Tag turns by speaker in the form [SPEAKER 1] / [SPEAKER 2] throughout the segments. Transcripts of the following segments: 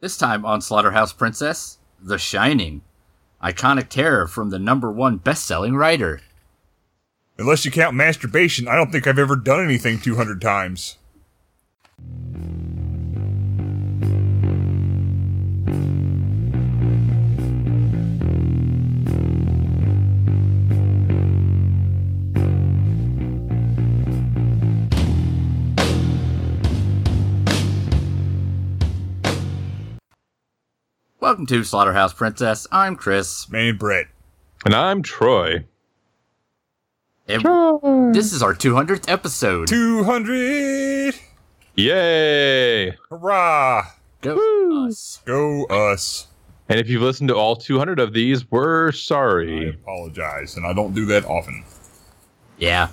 [SPEAKER 1] This time on Slaughterhouse Princess, The Shining. Iconic terror from the number one best selling writer.
[SPEAKER 2] Unless you count masturbation, I don't think I've ever done anything 200 times.
[SPEAKER 1] Welcome to Slaughterhouse Princess. I'm Chris.
[SPEAKER 2] Man, Brett.
[SPEAKER 3] And I'm Troy.
[SPEAKER 1] And this is our 200th episode.
[SPEAKER 2] 200!
[SPEAKER 3] Yay!
[SPEAKER 2] Hurrah!
[SPEAKER 1] Go us.
[SPEAKER 2] Go us.
[SPEAKER 3] And if you've listened to all 200 of these, we're
[SPEAKER 2] I
[SPEAKER 3] sorry.
[SPEAKER 2] apologize, and I don't do that often.
[SPEAKER 1] Yeah.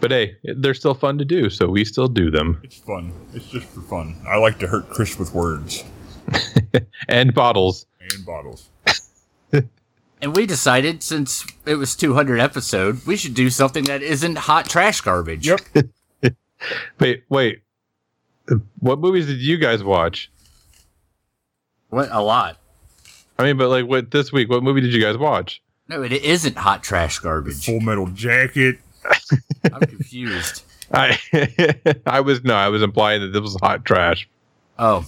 [SPEAKER 3] But hey, they're still fun to do, so we still do them.
[SPEAKER 2] It's fun. It's just for fun. I like to hurt Chris with words
[SPEAKER 3] And bottles.
[SPEAKER 2] and bottles.
[SPEAKER 1] And we decided since it was 200 episode, we should do something that isn't hot trash garbage.
[SPEAKER 2] Yep.
[SPEAKER 3] Wait, wait. What movies did you guys watch?
[SPEAKER 1] What a lot.
[SPEAKER 3] I mean, but like, what this week? What movie did you guys watch?
[SPEAKER 1] No, it isn't hot trash garbage.
[SPEAKER 2] Full metal jacket.
[SPEAKER 1] I'm confused.
[SPEAKER 3] I I was no, I was implying that this was hot trash.
[SPEAKER 1] Oh,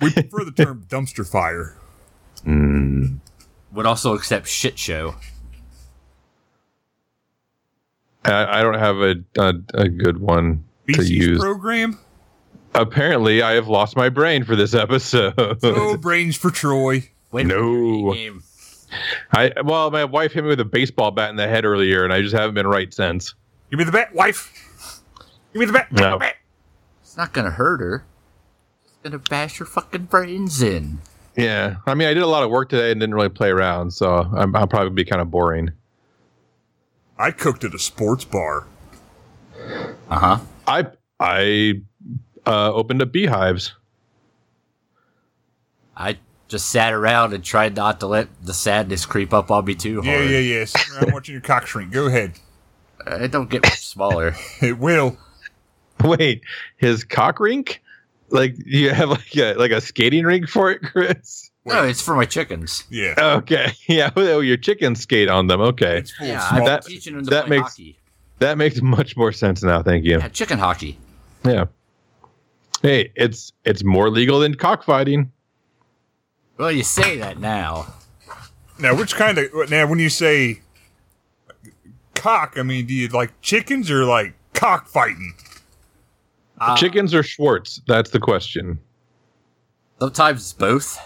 [SPEAKER 2] We prefer the term dumpster fire.
[SPEAKER 1] would also accept shit show.
[SPEAKER 3] I, I don't have a a, a good one to
[SPEAKER 2] BC's
[SPEAKER 3] use.
[SPEAKER 2] program.
[SPEAKER 3] Apparently, I have lost my brain for this episode.
[SPEAKER 2] No brains for Troy.
[SPEAKER 1] Wait,
[SPEAKER 3] No.
[SPEAKER 1] Game.
[SPEAKER 3] I well, my wife hit me with a baseball bat in the head earlier, and I just haven't been right since.
[SPEAKER 2] Give me the bat, wife. Give me the bat.
[SPEAKER 3] No.
[SPEAKER 1] It's not gonna hurt her. It's gonna bash her fucking brains in.
[SPEAKER 3] Yeah, I mean, I did a lot of work today and didn't really play around, so I'm, I'll probably be kind of boring.
[SPEAKER 2] I cooked at a sports bar.
[SPEAKER 1] Uh huh.
[SPEAKER 3] I I uh, opened up beehives.
[SPEAKER 1] I just sat around and tried not to let the sadness creep up on me too hard.
[SPEAKER 2] Yeah, yeah, yeah. Sitting around watching your cock shrink. Go ahead.
[SPEAKER 1] It don't get much smaller.
[SPEAKER 2] It will.
[SPEAKER 3] Wait, his cock rink? Like you have like a like a skating rink for it, Chris?
[SPEAKER 1] no, it's for my chickens.
[SPEAKER 2] Yeah.
[SPEAKER 3] Okay, yeah. Oh, your chickens skate on them. Okay,
[SPEAKER 2] It's full
[SPEAKER 1] Yeah,
[SPEAKER 2] of
[SPEAKER 1] I'm
[SPEAKER 2] small.
[SPEAKER 3] That-
[SPEAKER 1] teaching them to
[SPEAKER 3] that
[SPEAKER 1] play
[SPEAKER 3] makes-
[SPEAKER 1] hockey.
[SPEAKER 3] that makes much more sense now. Thank you.
[SPEAKER 1] Yeah, chicken hockey.
[SPEAKER 3] Yeah. Hey, it's it's more legal than cockfighting.
[SPEAKER 1] Well, you say that now.
[SPEAKER 2] Now, which kind of now when you say cock, I mean, do you like chickens or like cockfighting?
[SPEAKER 1] Uh,
[SPEAKER 3] Chickens or Schwartz? That's the question.
[SPEAKER 1] Sometimes it's both.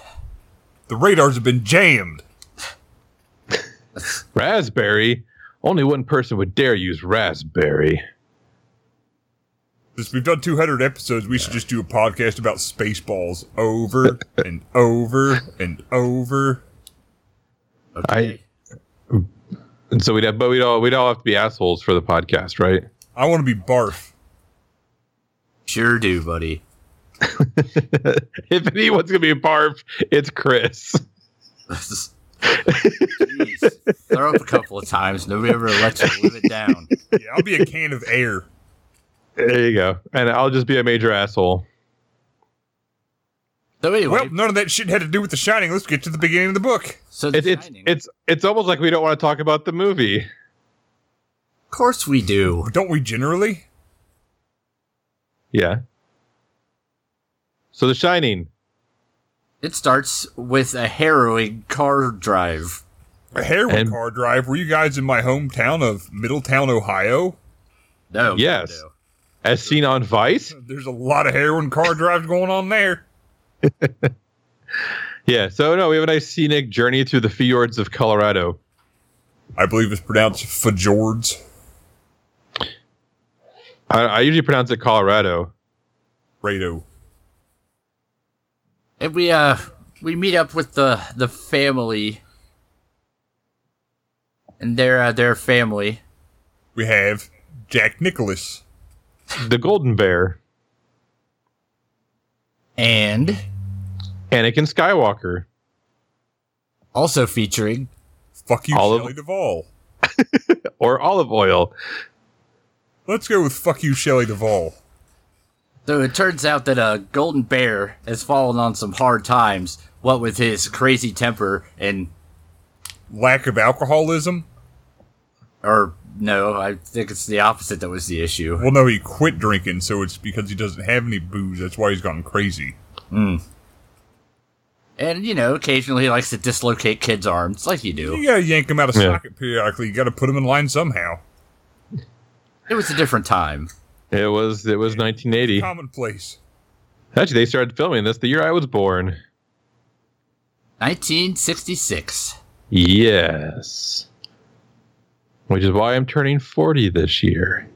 [SPEAKER 2] The radars have been jammed.
[SPEAKER 3] Raspberry. Only one person would dare use raspberry.
[SPEAKER 2] Since we've done 200 episodes, we should just do a podcast about spaceballs over and over and over.
[SPEAKER 1] Okay.
[SPEAKER 3] And so we'd have, but we'd all we'd all have to be assholes for the podcast, right?
[SPEAKER 2] I want to be barf.
[SPEAKER 1] Sure do, buddy.
[SPEAKER 3] if anyone's gonna be a barf, it's Chris.
[SPEAKER 1] Jeez. Throw up a couple of times. Nobody ever lets you live it down.
[SPEAKER 2] Yeah, I'll be a can of air.
[SPEAKER 3] There you go. And I'll just be a major asshole.
[SPEAKER 1] So anyway,
[SPEAKER 2] Well, none of that shit had to do with The Shining. Let's get to the beginning of the book.
[SPEAKER 1] so the
[SPEAKER 3] It's it's
[SPEAKER 1] Shining.
[SPEAKER 3] it's it's almost like we don't want to talk about the movie.
[SPEAKER 1] of course we do.
[SPEAKER 2] Don't we generally?
[SPEAKER 3] Yeah. So The Shining.
[SPEAKER 1] It starts with a harrowing car drive.
[SPEAKER 2] A heroin
[SPEAKER 3] And-
[SPEAKER 2] car drive. Were you guys in my hometown of Middletown, Ohio?
[SPEAKER 1] No.
[SPEAKER 3] Yes.
[SPEAKER 1] no.
[SPEAKER 3] As seen on Vice?
[SPEAKER 2] There's a lot of heroin car drives going on there.
[SPEAKER 3] Yeah, so no, we have a nice scenic journey through the fjords of Colorado.
[SPEAKER 2] I believe it's pronounced Fjords.
[SPEAKER 3] I, I usually pronounce it Colorado.
[SPEAKER 2] Rado.
[SPEAKER 1] And we uh we meet up with the the family and their uh, their family.
[SPEAKER 2] We have Jack Nicholas.
[SPEAKER 3] The Golden Bear.
[SPEAKER 1] And
[SPEAKER 3] Anakin Skywalker.
[SPEAKER 1] also featuring
[SPEAKER 2] Fuck you,
[SPEAKER 3] All of-
[SPEAKER 2] Shelley Duvall.
[SPEAKER 3] or olive oil.
[SPEAKER 2] Let's go with fuck you, Shelley Duvall.
[SPEAKER 1] So it turns out that a golden bear has fallen on some hard times, what with his crazy temper and
[SPEAKER 2] Lack of alcoholism.
[SPEAKER 1] or no, I think it's the opposite that was the issue.
[SPEAKER 2] Well, no, he quit drinking, so it's because he doesn't have any booze. That's why he's gone crazy.
[SPEAKER 1] And you know, occasionally he likes to dislocate kids' arms like you do.
[SPEAKER 2] You gotta yank him out of
[SPEAKER 3] Yeah.
[SPEAKER 2] socket periodically. You gotta put him in line somehow.
[SPEAKER 1] It was a different time.
[SPEAKER 3] It was it was 1980.
[SPEAKER 2] Commonplace.
[SPEAKER 3] Actually, they started filming this the year I was born.
[SPEAKER 1] 1966.
[SPEAKER 3] Yes. Which is why I'm turning 40 this year.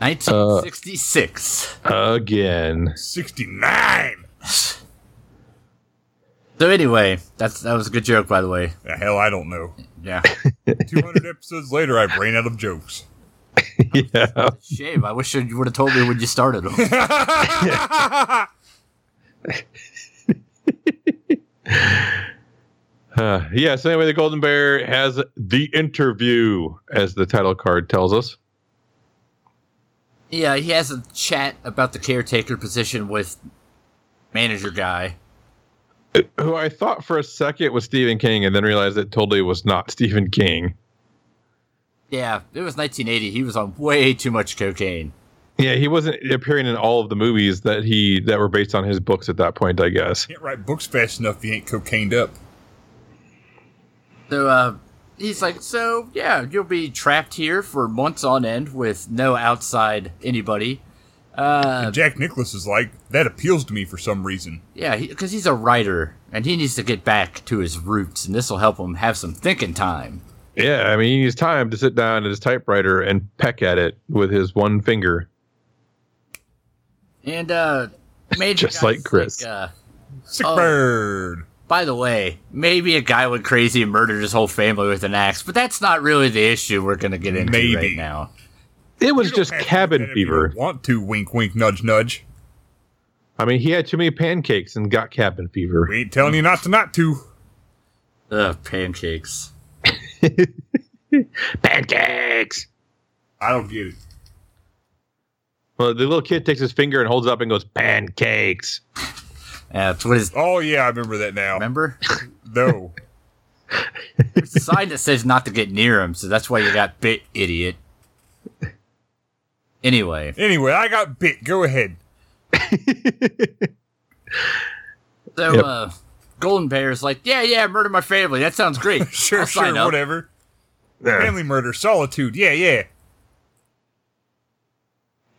[SPEAKER 1] 1966.
[SPEAKER 3] Again.
[SPEAKER 2] 69!
[SPEAKER 1] so anyway, that's that was a good joke, by the way.
[SPEAKER 2] The hell, I don't know.
[SPEAKER 1] Yeah.
[SPEAKER 2] 200 episodes later, I've ran out of jokes.
[SPEAKER 3] Yeah.
[SPEAKER 1] Shame. I wish you would have told me when you started them.
[SPEAKER 3] Uh, yeah. So anyway, the Golden Bear has the interview, as the title card tells us.
[SPEAKER 1] yeah, he has a chat about the caretaker position with manager guy.
[SPEAKER 3] Who I thought for a second was Stephen King, and then realized it totally was not Stephen King.
[SPEAKER 1] Yeah, it was 1980. He was on way too much cocaine.
[SPEAKER 3] Yeah, he wasn't appearing in all of the movies that he that were based on his books at that point. I guess.
[SPEAKER 2] Can't write books fast enough if you ain't cocained up.
[SPEAKER 1] So uh, he's like, so yeah, you'll be trapped here for months on end with no outside anybody. Uh,
[SPEAKER 2] Jack Nicholas is like, that appeals to me for some reason.
[SPEAKER 1] yeah, because he's a writer and he needs to get back to his roots, and this will help him have some thinking time.
[SPEAKER 3] Yeah, I mean, he needs time to sit down at his typewriter and peck at it with his one finger.
[SPEAKER 1] And uh, Major
[SPEAKER 3] Just
[SPEAKER 1] Guy's
[SPEAKER 3] like Chris.
[SPEAKER 1] uh,
[SPEAKER 2] Sick
[SPEAKER 1] Oh.
[SPEAKER 2] bird.
[SPEAKER 1] By the way, maybe a guy went crazy and murdered his whole family with an axe, but that's not really the issue we're going to get into
[SPEAKER 2] Maybe.
[SPEAKER 1] right now.
[SPEAKER 3] It was
[SPEAKER 2] You don't
[SPEAKER 3] just
[SPEAKER 2] have to do that
[SPEAKER 3] cabin
[SPEAKER 2] if you
[SPEAKER 3] fever.
[SPEAKER 2] don't Want to wink, wink, nudge, nudge.
[SPEAKER 3] I mean, he had too many pancakes and got cabin fever.
[SPEAKER 2] We ain't telling you not to, not to.
[SPEAKER 1] Ugh, pancakes.
[SPEAKER 3] Pancakes.
[SPEAKER 2] I don't get it.
[SPEAKER 3] Well, the little kid takes his finger and holds it up and goes, "Pancakes."
[SPEAKER 1] Yeah, that's what his.
[SPEAKER 2] Oh yeah, I remember that now.
[SPEAKER 1] Remember?
[SPEAKER 2] No,
[SPEAKER 1] There's a sign that says not to get near him, so that's why you got bit, idiot. Anyway,
[SPEAKER 2] anyway, I got bit. Go ahead.
[SPEAKER 1] so
[SPEAKER 3] Yep.
[SPEAKER 1] uh, Golden Bear's like, yeah, yeah, murder my family. That sounds great.
[SPEAKER 2] Sure,
[SPEAKER 1] I'll
[SPEAKER 2] sure,
[SPEAKER 1] sign up."
[SPEAKER 2] whatever.
[SPEAKER 3] Yeah.
[SPEAKER 2] Family murder, solitude. Yeah, yeah.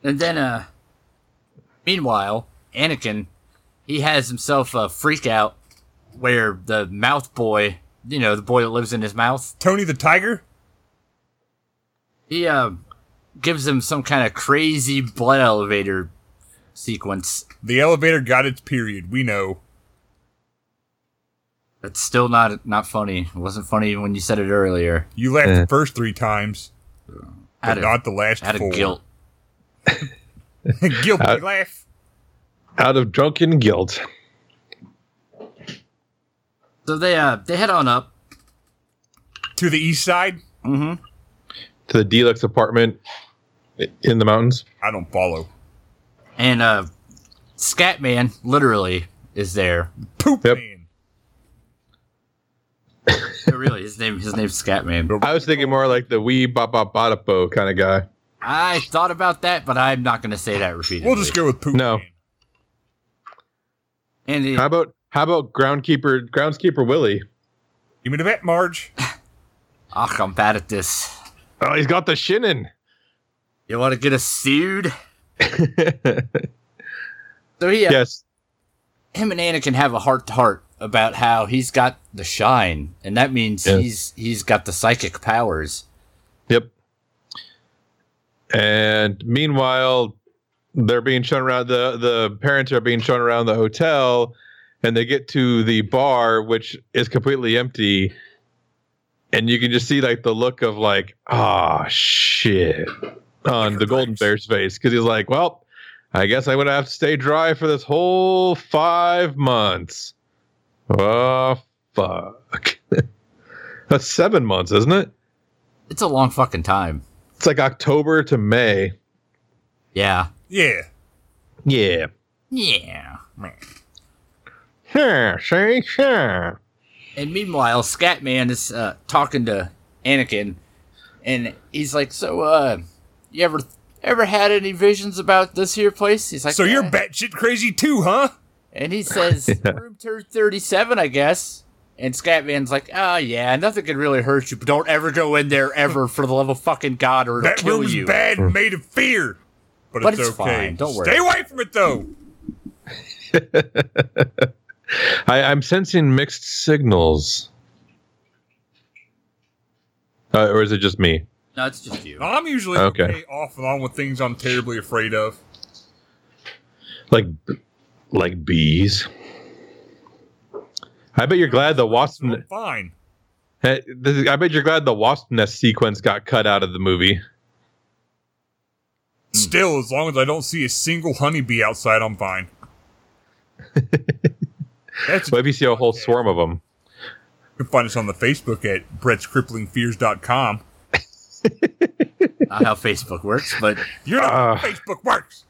[SPEAKER 1] And then, uh, meanwhile, Anakin, he has himself a freak out where the mouth boy, you know, the boy that lives in his mouth,
[SPEAKER 2] Tony the Tiger.
[SPEAKER 1] he, uh, gives him some kind of crazy blood elevator sequence
[SPEAKER 2] The elevator got its period. We know.
[SPEAKER 1] that's still not, not funny. It wasn't funny when you said it earlier.
[SPEAKER 2] You laughed
[SPEAKER 3] Yeah.
[SPEAKER 2] the first three times, but
[SPEAKER 1] Out of,
[SPEAKER 2] not the last
[SPEAKER 1] out
[SPEAKER 2] four.
[SPEAKER 1] of guilt.
[SPEAKER 2] Guilty
[SPEAKER 3] Out-
[SPEAKER 2] laugh.
[SPEAKER 3] Out of drunken guilt.
[SPEAKER 1] So they, uh, they head on up.
[SPEAKER 2] To the east side. Mm-hmm.
[SPEAKER 3] to the deluxe apartment i- in the mountains.
[SPEAKER 2] I don't follow.
[SPEAKER 1] And uh Scatman literally is there.
[SPEAKER 2] Poop
[SPEAKER 3] Yep.
[SPEAKER 2] man.
[SPEAKER 1] No, really, his name his name's Scatman.
[SPEAKER 3] I was thinking more like the wee bop bop bada bo kind of guy.
[SPEAKER 1] I thought about that, but I'm not gonna say that repeatedly.
[SPEAKER 2] We'll just go with poop.
[SPEAKER 3] No.
[SPEAKER 2] man.
[SPEAKER 1] and he-
[SPEAKER 3] How about how about groundkeeper groundskeeper Willie?
[SPEAKER 2] Give me the vet, Marge.
[SPEAKER 1] ach, I'm bad at this.
[SPEAKER 3] Oh, he's got the shinin.
[SPEAKER 1] You wanna get us sued? So he, uh,
[SPEAKER 3] Yes.
[SPEAKER 1] him and Anakin have a heart to heart about how he's got the shine, and that means
[SPEAKER 3] Yes.
[SPEAKER 1] he's he's got the psychic powers.
[SPEAKER 3] Yep. And meanwhile, they're being shown around the the parents are being shown around the hotel, and they get to the bar, which is completely empty. And you can just see like the look of like, ah, shit, on the golden bear's face because he's like, well, I guess I'm gonna have to stay dry for this whole five months. Oh fuck, that's seven months, isn't it?
[SPEAKER 1] It's a long fucking time.
[SPEAKER 3] It's like October to May.
[SPEAKER 1] Yeah.
[SPEAKER 2] Yeah.
[SPEAKER 3] Yeah.
[SPEAKER 1] Yeah.
[SPEAKER 3] Sure, see, sure.
[SPEAKER 1] And meanwhile, Scatman is uh, talking to Anakin, and he's like, "So, uh, you ever ever had any visions about this here place?" He's like,
[SPEAKER 2] So you're
[SPEAKER 1] "Yeah."
[SPEAKER 2] batshit crazy too, huh?
[SPEAKER 1] And he says, "Room tur- thirty-seven, I guess." And Scatman's like, "Ah, yeah, nothing can really hurt you, but don't ever go in there ever for the love of fucking God, or it'll
[SPEAKER 2] That
[SPEAKER 1] kill
[SPEAKER 2] room is
[SPEAKER 1] you."
[SPEAKER 2] bad and made of fear. But,
[SPEAKER 1] But
[SPEAKER 2] it's,
[SPEAKER 1] it's
[SPEAKER 2] okay.
[SPEAKER 1] fine, don't worry.
[SPEAKER 2] Stay away from it though.
[SPEAKER 3] I, I'm sensing mixed signals. Uh, or is it just me?
[SPEAKER 1] No, it's just you.
[SPEAKER 2] I'm usually
[SPEAKER 3] Okay.
[SPEAKER 2] okay. off and on with things I'm terribly afraid of.
[SPEAKER 3] Like, like bees. I bet you're glad the wasp.
[SPEAKER 2] So I'm fine.
[SPEAKER 3] Hey, this is- I bet you're glad the wasp nest sequence got cut out of the movie. hmm.
[SPEAKER 2] Still, as long as I don't see a single honeybee outside, I'm fine. That's
[SPEAKER 3] What if you see a whole swarm of them?
[SPEAKER 2] You can find us on the Facebook at brettscripplingfears.com.
[SPEAKER 1] Not how Facebook works, but
[SPEAKER 2] You're not how
[SPEAKER 3] Ah.
[SPEAKER 2] Facebook works.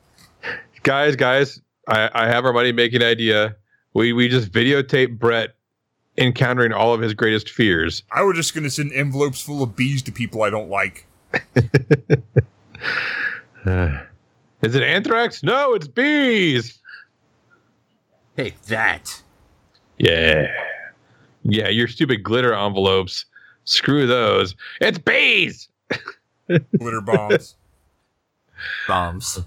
[SPEAKER 3] Guys, guys, I, I have our money making idea. We we just videotape Brett encountering all of his greatest fears.
[SPEAKER 2] I was just going to send envelopes full of bees to people I don't like.
[SPEAKER 3] Uh, Is it anthrax? No, it's bees.
[SPEAKER 1] take that.
[SPEAKER 3] Yeah. Yeah, your stupid glitter envelopes. Screw those. It's bees.
[SPEAKER 2] Glitter bombs.
[SPEAKER 1] Bombs.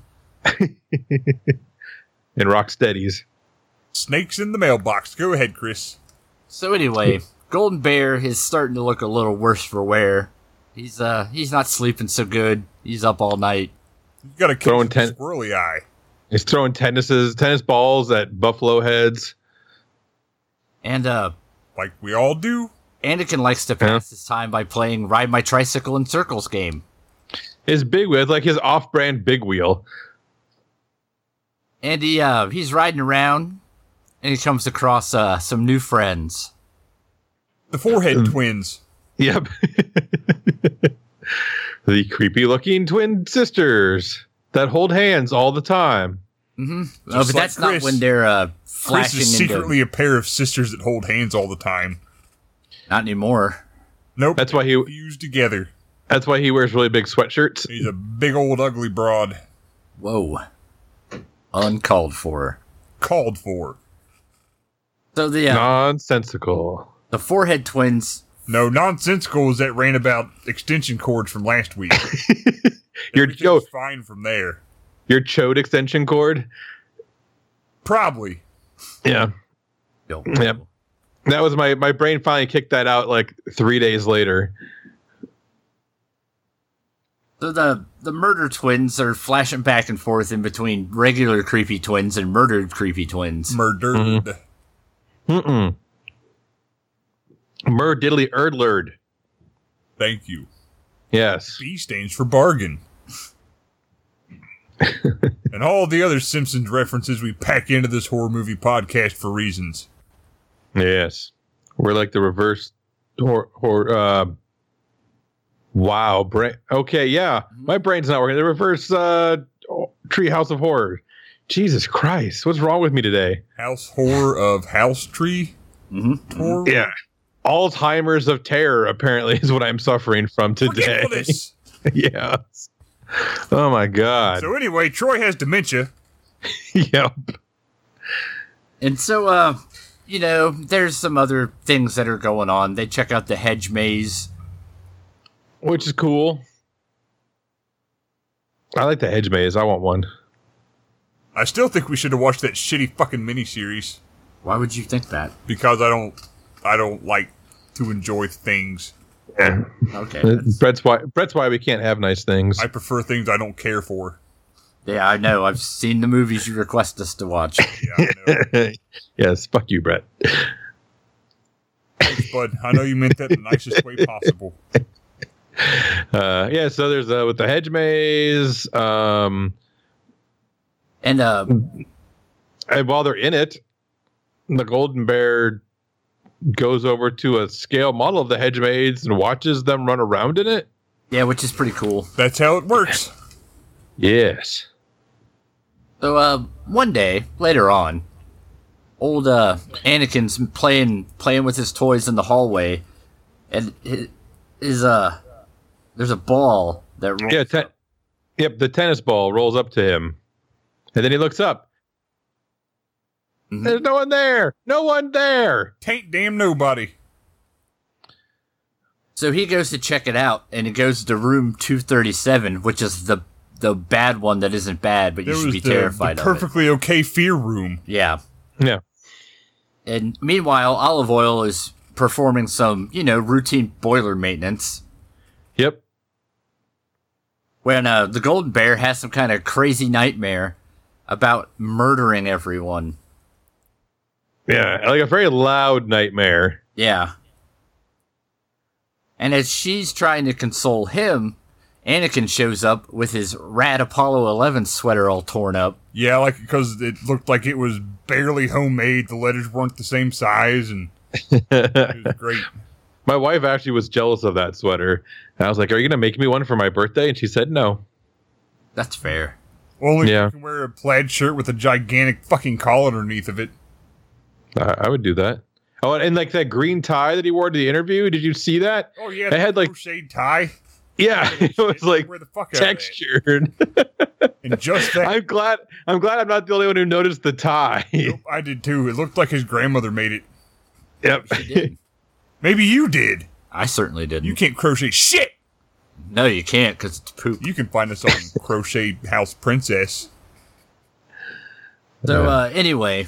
[SPEAKER 3] And Rocksteadies.
[SPEAKER 2] Snakes in the mailbox. Go ahead, Chris.
[SPEAKER 1] So anyway, Golden Bear is starting to look a little worse for wear. He's uh he's not sleeping so good. He's up all night.
[SPEAKER 2] You got a
[SPEAKER 3] Throwing
[SPEAKER 2] catch the
[SPEAKER 3] ten-
[SPEAKER 2] squirrely eye.
[SPEAKER 3] He's throwing tennises, tennis balls at buffalo heads.
[SPEAKER 1] And uh
[SPEAKER 2] Like we all do.
[SPEAKER 1] Anakin likes to pass his time by playing Ride My Tricycle in Circles game.
[SPEAKER 3] His big wheel, it's like his off-brand big wheel.
[SPEAKER 1] And he uh he's riding around and he comes across uh some new friends.
[SPEAKER 2] The
[SPEAKER 3] Um,
[SPEAKER 2] forehead twins.
[SPEAKER 3] Yep. the creepy-looking twin sisters that hold hands all the time.
[SPEAKER 1] Oh, but
[SPEAKER 2] like
[SPEAKER 1] that's not
[SPEAKER 2] Chris.
[SPEAKER 1] when they're uh
[SPEAKER 2] Chris
[SPEAKER 1] flashing
[SPEAKER 2] is
[SPEAKER 1] into
[SPEAKER 2] secretly a pair of sisters that hold hands all the time.
[SPEAKER 1] not anymore.
[SPEAKER 2] Nope.
[SPEAKER 3] That's why he.
[SPEAKER 2] fused together.
[SPEAKER 3] That's why he wears really big sweatshirts.
[SPEAKER 2] He's a big old ugly broad.
[SPEAKER 1] Whoa. Uncalled for.
[SPEAKER 2] Called for.
[SPEAKER 1] So the uh,
[SPEAKER 3] Nonsensical.
[SPEAKER 1] the forehead twins
[SPEAKER 2] No, nonsensical is that rant about extension cords from last week.
[SPEAKER 3] Your
[SPEAKER 2] Everything's
[SPEAKER 3] oh,
[SPEAKER 2] fine from there.
[SPEAKER 3] your chode extension cord.
[SPEAKER 2] Probably.
[SPEAKER 3] Yeah.
[SPEAKER 1] Yo.
[SPEAKER 3] Yep. That was my my brain finally kicked that out like three days later.
[SPEAKER 1] So the the murder twins are flashing back and forth in between regular creepy twins and murdered creepy twins.
[SPEAKER 2] murdered.
[SPEAKER 3] Mm-hmm. Mm-mm. Mur diddly erdlerd.
[SPEAKER 2] Thank you.
[SPEAKER 3] Yes.
[SPEAKER 2] B stands for bargain. and all the other Simpsons references we pack into this horror movie podcast for reasons.
[SPEAKER 3] Yes. We're like the reverse or or uh wow, brain okay, yeah. My brain's not working. The reverse uh tree house of horror. Jesus Christ, what's wrong with me today?
[SPEAKER 2] House horror of house tree.
[SPEAKER 1] Mhm.
[SPEAKER 2] Horror.
[SPEAKER 3] Yeah. Alzheimer's of terror apparently is what I'm suffering from today.
[SPEAKER 2] Forgetfulness.
[SPEAKER 3] yes. Oh my god.
[SPEAKER 2] So anyway, Troy has dementia.
[SPEAKER 3] yep.
[SPEAKER 1] And so, uh, you know, there's some other things that are going on. They check out the hedge maze.
[SPEAKER 3] Which is cool. I like the hedge maze. I want one.
[SPEAKER 2] I still think we should have watched that shitty fucking miniseries
[SPEAKER 1] Why would you think that?
[SPEAKER 2] because I don't, I don't like to enjoy things.
[SPEAKER 1] Okay. that's-
[SPEAKER 3] Brett's why Brett's why we can't have nice things.
[SPEAKER 2] I prefer things I don't care for.
[SPEAKER 1] Yeah, I know. I've seen the movies you request us to watch.
[SPEAKER 2] Yeah, I know.
[SPEAKER 3] yes, fuck you, Brett.
[SPEAKER 2] Bud, I know you meant that the nicest way possible.
[SPEAKER 3] Uh, yeah, so there's uh, with the hedge maze. Um,
[SPEAKER 1] And uh,
[SPEAKER 3] and while they're in it, the golden bear goes over to a scale model of the hedge maze and watches them run around in it.
[SPEAKER 1] yeah, which is pretty cool.
[SPEAKER 2] That's how it works.
[SPEAKER 3] Yes.
[SPEAKER 1] So, uh, one day later on, old uh, Anakin's playing playing with his toys in the hallway, and his, his uh, there's a ball that rolls
[SPEAKER 3] Yeah, te- yep. The tennis ball rolls up to him, and then he looks up.
[SPEAKER 1] Mhm.
[SPEAKER 3] There's no one there. No one there.
[SPEAKER 2] Taint damn nobody.
[SPEAKER 1] So he goes to check it out, and it goes to room 237, which is the the bad one that isn't bad, but you
[SPEAKER 2] There
[SPEAKER 1] should
[SPEAKER 2] was
[SPEAKER 1] be
[SPEAKER 2] the,
[SPEAKER 1] terrified
[SPEAKER 2] the
[SPEAKER 1] of
[SPEAKER 2] perfectly okay fear room.
[SPEAKER 1] it. Yeah.
[SPEAKER 3] Yeah.
[SPEAKER 1] And meanwhile, olive oil is performing some, you know, routine boiler maintenance.
[SPEAKER 3] Yep.
[SPEAKER 1] When uh, the golden bear has some kind of crazy nightmare about murdering everyone.
[SPEAKER 3] Yeah. Like a very loud nightmare.
[SPEAKER 1] Yeah. And as she's trying to console him, Anakin shows up with his Rad Apollo 11 sweater all torn up.
[SPEAKER 2] Yeah, like because it looked like it was barely homemade. The letters weren't the same size, and it was great.
[SPEAKER 3] My wife actually was jealous of that sweater. And I was like, Are you going to make me one for my birthday? And she said, No.
[SPEAKER 1] That's fair.
[SPEAKER 2] Only
[SPEAKER 3] Yeah.
[SPEAKER 2] you can wear a plaid shirt with a gigantic fucking collar underneath of it.
[SPEAKER 3] I, I would do that. Oh, and, and like that green tie that he wore to the interview. Did you see that?
[SPEAKER 2] Oh yeah,
[SPEAKER 3] They had, like-
[SPEAKER 2] crocheted tie.
[SPEAKER 3] Yeah. It was like
[SPEAKER 2] where the fuck out of that.
[SPEAKER 3] textured.
[SPEAKER 2] and just that.
[SPEAKER 3] I'm glad. I'm glad I'm not the only one who noticed the tie.
[SPEAKER 2] Nope, I did too. It looked like his grandmother made it.
[SPEAKER 3] yep.
[SPEAKER 2] Maybe you did.
[SPEAKER 1] I certainly didn't.
[SPEAKER 2] You can't crochet shit.
[SPEAKER 1] no, you can't because it's poop.
[SPEAKER 2] You can find us on Crochet House Princess.
[SPEAKER 1] So uh, anyway,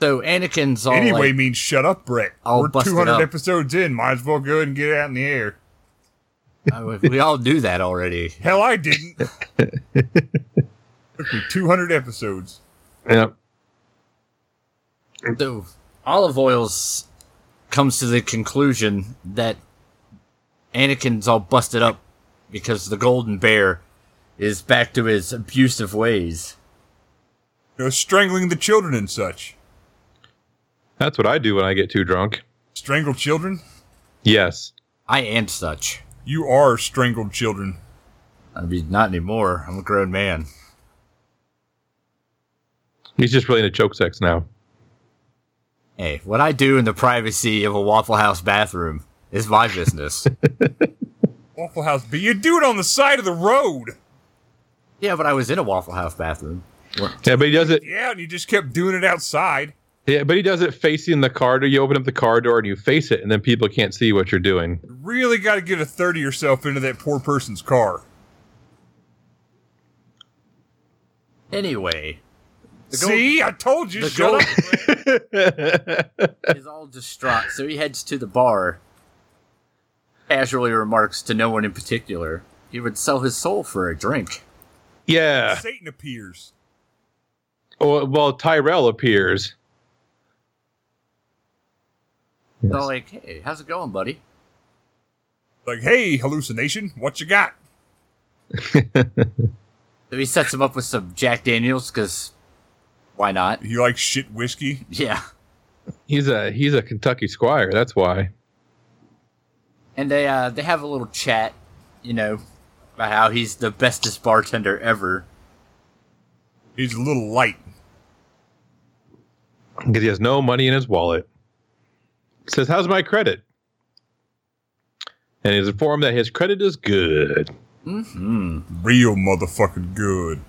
[SPEAKER 1] so Anakin's all
[SPEAKER 2] anyway,
[SPEAKER 1] Oh, like-
[SPEAKER 2] means shut up, Brett.
[SPEAKER 1] All
[SPEAKER 2] We're
[SPEAKER 1] busted
[SPEAKER 2] 200
[SPEAKER 1] up.
[SPEAKER 2] episodes in. Might as well go ahead and get it out in the air.
[SPEAKER 1] I- "Oh, we all knew that already.
[SPEAKER 2] Hell, I didn't. Took me 200 episodes.
[SPEAKER 3] Yep.
[SPEAKER 1] So olive oils comes to the conclusion that Anakin's all busted up because the Golden Bear is back to his abusive ways.
[SPEAKER 2] You know, strangling the children and such.
[SPEAKER 3] That's what I do when I get too drunk.
[SPEAKER 2] Strangled children?
[SPEAKER 3] Yes.
[SPEAKER 1] I and such.
[SPEAKER 2] You are strangled children.
[SPEAKER 1] I mean, not anymore. I'm a grown man.
[SPEAKER 3] He's just really into choke sex now.
[SPEAKER 1] Hey, what I do in the privacy of a Waffle House bathroom is my business.
[SPEAKER 2] Waffle House B. You do it on the side of the road.
[SPEAKER 1] yeah, but I was in a Waffle House bathroom.
[SPEAKER 3] Yeah, but he does it.
[SPEAKER 2] Yeah, and you just kept doing it outside.
[SPEAKER 3] Yeah, but he does it facing the car door. You open up the car door and you face it, and then people can't see what you're doing.
[SPEAKER 2] Really got to get a third of yourself into that poor person's car.
[SPEAKER 1] Anyway, The gold-
[SPEAKER 2] See, I told you.
[SPEAKER 1] the
[SPEAKER 2] Shut
[SPEAKER 1] gold-
[SPEAKER 2] up. Brett.
[SPEAKER 1] is all distraught, so he heads to the bar. Casually remarks to no one in particular, he would sell his soul for a drink.
[SPEAKER 3] Yeah.
[SPEAKER 2] Satan appears.
[SPEAKER 3] Oh, well, Tyrell appears.
[SPEAKER 1] So, like, hey, how's it going, buddy?
[SPEAKER 2] Like, hey, hallucination, what you got?
[SPEAKER 1] So he sets him up with some Jack Daniels, because why not?
[SPEAKER 2] You like shit whiskey?
[SPEAKER 1] Yeah.
[SPEAKER 3] He's a he's a Kentucky squire. That's why.
[SPEAKER 1] And they, uh, they have a little chat, you know, about how he's the bestest bartender ever.
[SPEAKER 2] He's a little light.
[SPEAKER 3] because he has no money in his wallet. Says, "How's my credit?" And is informed that his credit is good,
[SPEAKER 1] Mm-hmm.
[SPEAKER 2] Real motherfucking good.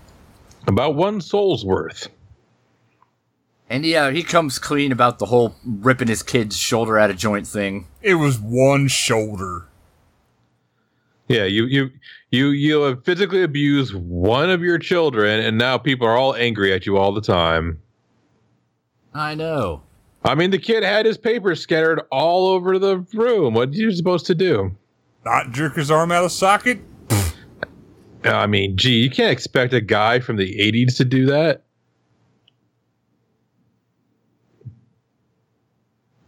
[SPEAKER 3] about one soul's worth.
[SPEAKER 1] And yeah, he comes clean about the whole ripping his kid's shoulder out of joint thing.
[SPEAKER 2] It was one shoulder.
[SPEAKER 3] Yeah, you you you you have physically abused one of your children, and now people are all angry at you all the time.
[SPEAKER 1] I know.
[SPEAKER 3] I mean, the kid had his papers scattered all over the room. What are you supposed to do?
[SPEAKER 2] Not jerk his arm out of socket.
[SPEAKER 3] I mean, gee, you can't expect a guy from the '80s to do that.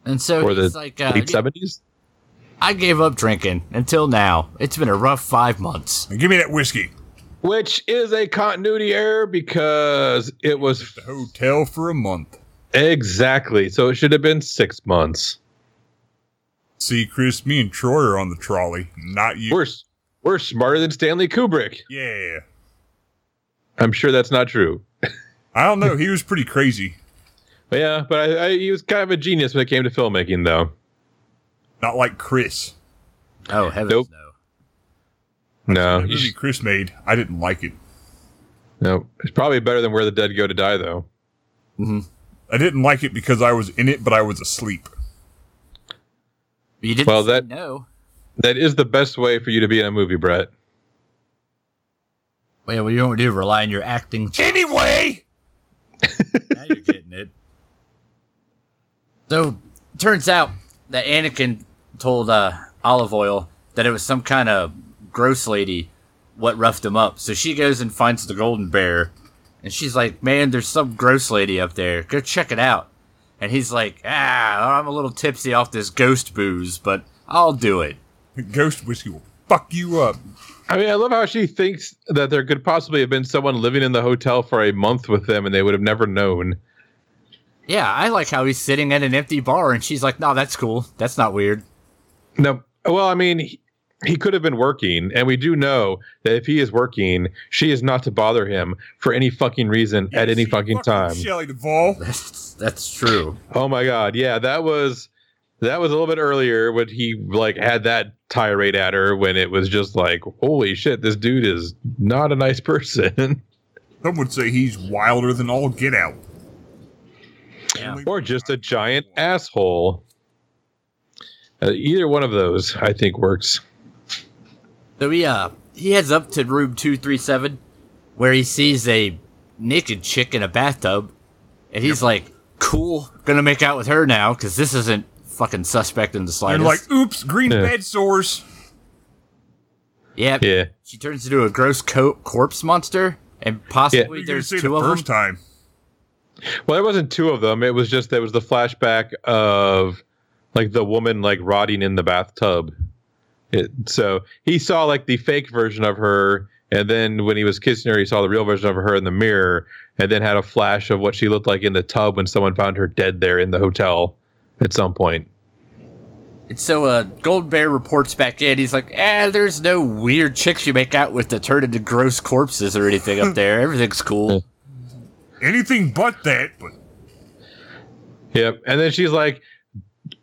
[SPEAKER 1] And so
[SPEAKER 3] Or the
[SPEAKER 1] he's like, uh,
[SPEAKER 3] late
[SPEAKER 1] yeah,
[SPEAKER 3] '70s.
[SPEAKER 1] I gave up drinking until now. It's been a rough five months.
[SPEAKER 2] Now give me that whiskey.
[SPEAKER 3] which is a continuity error because it was
[SPEAKER 2] The hotel for a month.
[SPEAKER 3] exactly so it should have been six months
[SPEAKER 2] See, Chris, me and Troy are on the trolley, not you.
[SPEAKER 3] we're s- we're smarter than stanley kubrick
[SPEAKER 2] yeah.
[SPEAKER 3] i'm sure that's not true
[SPEAKER 2] I don't know. He was pretty crazy.
[SPEAKER 3] But yeah, but I, I, he was kind of a genius when it came to filmmaking, though.
[SPEAKER 2] Not like Chris.
[SPEAKER 1] Oh heavens
[SPEAKER 3] Nope.
[SPEAKER 1] no.
[SPEAKER 3] No,
[SPEAKER 2] The
[SPEAKER 3] you
[SPEAKER 2] movie
[SPEAKER 3] sh-
[SPEAKER 2] Chris made, I didn't like it.
[SPEAKER 3] no, it's probably better than Where the Dead Go to Die, though.
[SPEAKER 2] I didn't like it because I was in it, but I was asleep.
[SPEAKER 1] You didn't
[SPEAKER 3] Well,
[SPEAKER 1] say
[SPEAKER 3] that-
[SPEAKER 1] no.
[SPEAKER 3] That is the best way for you to be in a movie, Brett.
[SPEAKER 1] Well, yeah, well, you don't do rely on your acting.
[SPEAKER 2] Anyway,
[SPEAKER 1] now you're getting it. So, turns out that Anakin told uh, Olive Oil that it was some kind of gross lady what roughed him up. So she goes and finds the golden bear, and she's like, "Man, there's some gross lady up there. Go check it out." And he's like, "Ah, I'm a little tipsy off this ghost booze, but I'll do it."
[SPEAKER 2] Ghost Whiskey will fuck you up.
[SPEAKER 3] I mean, I love how she thinks that there could possibly have been someone living in the hotel for a month with them, and they would have never known.
[SPEAKER 1] Yeah, I like how he's sitting at an empty bar, and she's like, "No, that's cool. That's not weird."
[SPEAKER 3] No, well, I mean, he, he could have been working, and we do know that if he is working, she is not to bother him for any fucking reason at any
[SPEAKER 2] See,
[SPEAKER 3] fucking time.
[SPEAKER 2] Shelley Duvall.
[SPEAKER 1] That's that's true.
[SPEAKER 3] Oh my god, yeah, that was that was a little bit earlier when he like had that tirade at her when it was just like, holy shit, this dude is not a nice person,
[SPEAKER 2] Some would say he's wilder than all get out.
[SPEAKER 1] Yeah.
[SPEAKER 2] Only-
[SPEAKER 3] or just a giant asshole. Uh, either one of those, I think, works.
[SPEAKER 1] So he uh he heads up to room two three seven, where he sees a naked chick in a bathtub, and he's like, "Cool, gonna make out with her now because this isn't fucking suspect in the
[SPEAKER 2] They're
[SPEAKER 1] slightest."
[SPEAKER 2] like, oops, green
[SPEAKER 3] Yeah.
[SPEAKER 2] bed sores.
[SPEAKER 1] yeah,
[SPEAKER 3] Yeah.
[SPEAKER 1] She turns into a gross co- corpse monster, and possibly
[SPEAKER 2] You're gonna
[SPEAKER 1] there's
[SPEAKER 2] say
[SPEAKER 1] two
[SPEAKER 2] the
[SPEAKER 1] of them.
[SPEAKER 2] first time.
[SPEAKER 3] Well, there wasn't two of them. It was just there was the flashback of like the woman like rotting in the bathtub. It, so he saw like the fake version of her, and then when he was kissing her, he saw the real version of her in the mirror, and then had a flash of what she looked like in the tub when someone found her dead there in the hotel at some point.
[SPEAKER 1] And so uh, Gold Bear reports back in. He's like, "Ah, there's no weird chicks you make out with that turn into gross corpses or anything up there. Everything's cool."
[SPEAKER 2] Anything but that, but
[SPEAKER 3] Yep. And then she's like,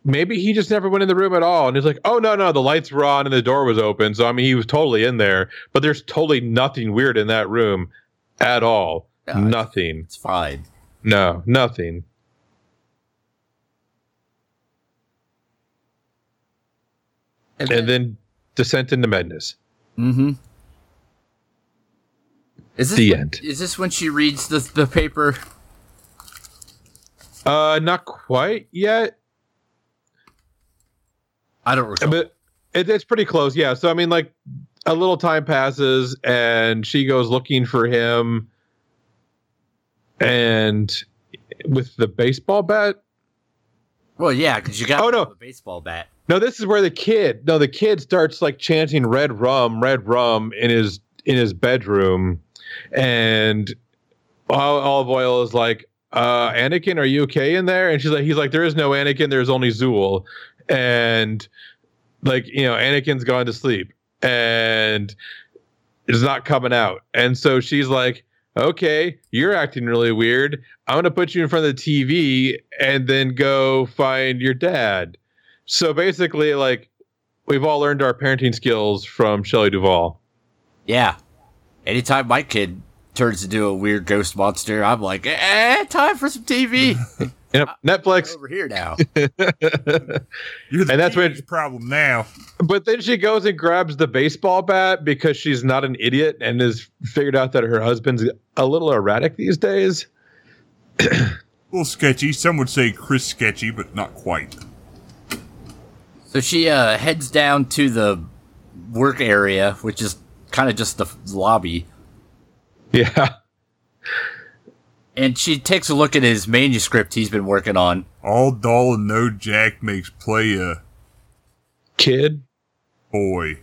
[SPEAKER 3] maybe he just never went in the room at all. And he's like, oh, no, no, the lights were on and the door was open. So, I mean, he was totally in there, but there's totally nothing weird in that room at all.
[SPEAKER 1] Yeah.
[SPEAKER 3] nothing.
[SPEAKER 1] It's fine.
[SPEAKER 3] No, nothing. And then Descent into Madness.
[SPEAKER 1] Mm-hmm. Is this
[SPEAKER 3] The
[SPEAKER 1] when,
[SPEAKER 3] end.
[SPEAKER 1] Is this when she reads the the paper?
[SPEAKER 3] Uh, not quite yet,
[SPEAKER 1] I don't recall.
[SPEAKER 3] but it, it's pretty close. Yeah. So, I mean, like a little time passes and she goes looking for him and with the baseball bat.
[SPEAKER 1] well, yeah, because you got
[SPEAKER 3] Oh, no.
[SPEAKER 1] a baseball bat.
[SPEAKER 3] No, this is where the kid. No, the kid starts like chanting "Red Rum, Red Rum" in his in his bedrool, and Ol- Olive Oil is like, uh, "Anakin, are you okay in there?" And she's like, "He's like, there is no Anakin. There's only Zool," and like you know, Anakin's gone to sleep and is not coming out, and so she's like. Okay, you're acting really weird. I'm going to put you in front of the TV and then go find your dad. So basically, like we've all learned our parenting skills from Shelley Duvall.
[SPEAKER 1] Yeah. Anytime my kid turns into a weird ghost monster, I'm like, eh, time for some TV.
[SPEAKER 3] Yep, Netflix.
[SPEAKER 1] Over here now.
[SPEAKER 2] you're the
[SPEAKER 3] And that's where-
[SPEAKER 2] teenage problem now.
[SPEAKER 3] But then she goes and grabs the baseball bat because she's not an idiot and has figured out that her husband's a little erratic these days.
[SPEAKER 2] A little sketchy. Some would say Chris sketchy, but not quite.
[SPEAKER 1] So she uh, heads down to the work area, which is kind of just the lobby,
[SPEAKER 3] Yeah.
[SPEAKER 1] and she takes a look at his manuscript he's been working on.
[SPEAKER 2] All doll and no Jack makes play a
[SPEAKER 3] Kid
[SPEAKER 2] boy.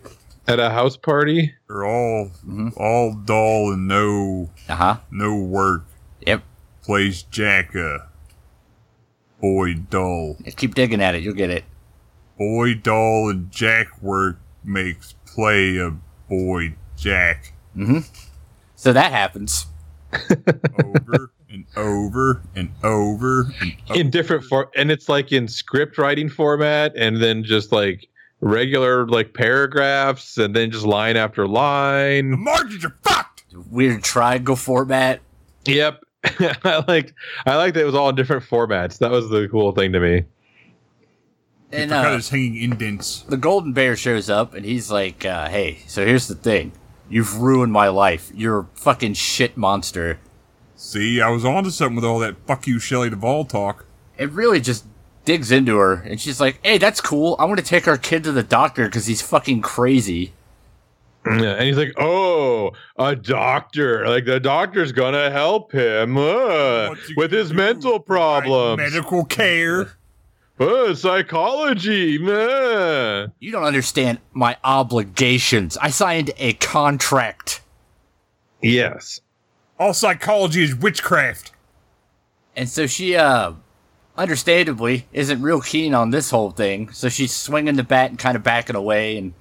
[SPEAKER 3] at a house party.
[SPEAKER 2] They're all
[SPEAKER 3] Mm-hmm.
[SPEAKER 2] all doll and no
[SPEAKER 1] Uh huh.
[SPEAKER 2] no work
[SPEAKER 1] Yep.
[SPEAKER 2] plays Jack a boy doll.
[SPEAKER 1] Keep digging at it. You'll get it.
[SPEAKER 2] Boy doll and Jack work makes play a boy Jack
[SPEAKER 1] So that happens.
[SPEAKER 2] ogre. and over and over and over.
[SPEAKER 3] in different for and it's like in script writing format and then just like regular like paragraphs and then just line after
[SPEAKER 2] The
[SPEAKER 3] line
[SPEAKER 2] margins are fucked.
[SPEAKER 1] Weird triangle format.
[SPEAKER 3] yep i liked i liked that it was all in different formats that was the cool thing to me
[SPEAKER 1] And
[SPEAKER 2] I forgot
[SPEAKER 1] uh,
[SPEAKER 2] it's hanging indents.
[SPEAKER 1] the golden bear shows up and he's like, uh, "Hey, so here's the thing. You've ruined my life. You're a fucking shit monster."
[SPEAKER 2] See, I was onto something with all that "fuck you, Shelley Duvall" talk.
[SPEAKER 1] It really just digs into her, and she's like, "Hey, that's cool. I want to take our kid to the doctor because he's fucking crazy."
[SPEAKER 3] Yeah, and he's like oh a doctor like the doctor's gonna help him uh,
[SPEAKER 2] What you
[SPEAKER 3] with his
[SPEAKER 2] do,
[SPEAKER 3] mental
[SPEAKER 2] right,
[SPEAKER 3] problems
[SPEAKER 2] medical care.
[SPEAKER 3] uh, psychology uh.
[SPEAKER 1] You don't understand my obligations. I signed a contract.
[SPEAKER 3] yes
[SPEAKER 2] All psychology is witchcraft.
[SPEAKER 1] And so she, uh, understandably, isn't real keen on this whole thing. So she's swinging the bat and kind of backing away, and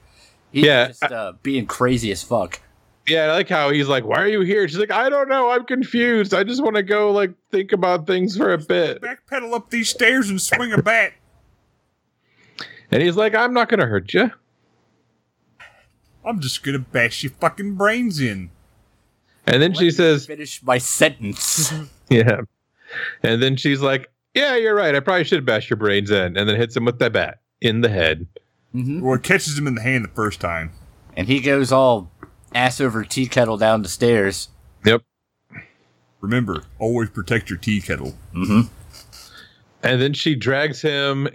[SPEAKER 1] he's
[SPEAKER 3] Yeah,
[SPEAKER 1] just uh, being crazy as fuck.
[SPEAKER 3] Yeah, I like how he's like, "Why are you here?" She's like, "I don't know. I'm confused. I just want to go like think about things for a bit."
[SPEAKER 2] Backpedal up these stairs and swing a bat.
[SPEAKER 3] And he's like, "I'm not gonna hurt you."
[SPEAKER 2] I'm just gonna bash your fucking brains in.
[SPEAKER 3] And then she
[SPEAKER 1] Let me
[SPEAKER 3] says,
[SPEAKER 1] "Finish my sentence."
[SPEAKER 3] "Yeah." And then she's like, "Yeah, you're right. I probably should bash your brains in." And then hits him with that bat in the head.
[SPEAKER 1] hmm
[SPEAKER 2] Well, it catches him in the hand the first time.
[SPEAKER 1] And he goes all ass over tea kettle down the stairs.
[SPEAKER 3] Yep.
[SPEAKER 2] Remember, always protect your tea kettle.
[SPEAKER 1] Mm-hmm.
[SPEAKER 3] And then she drags him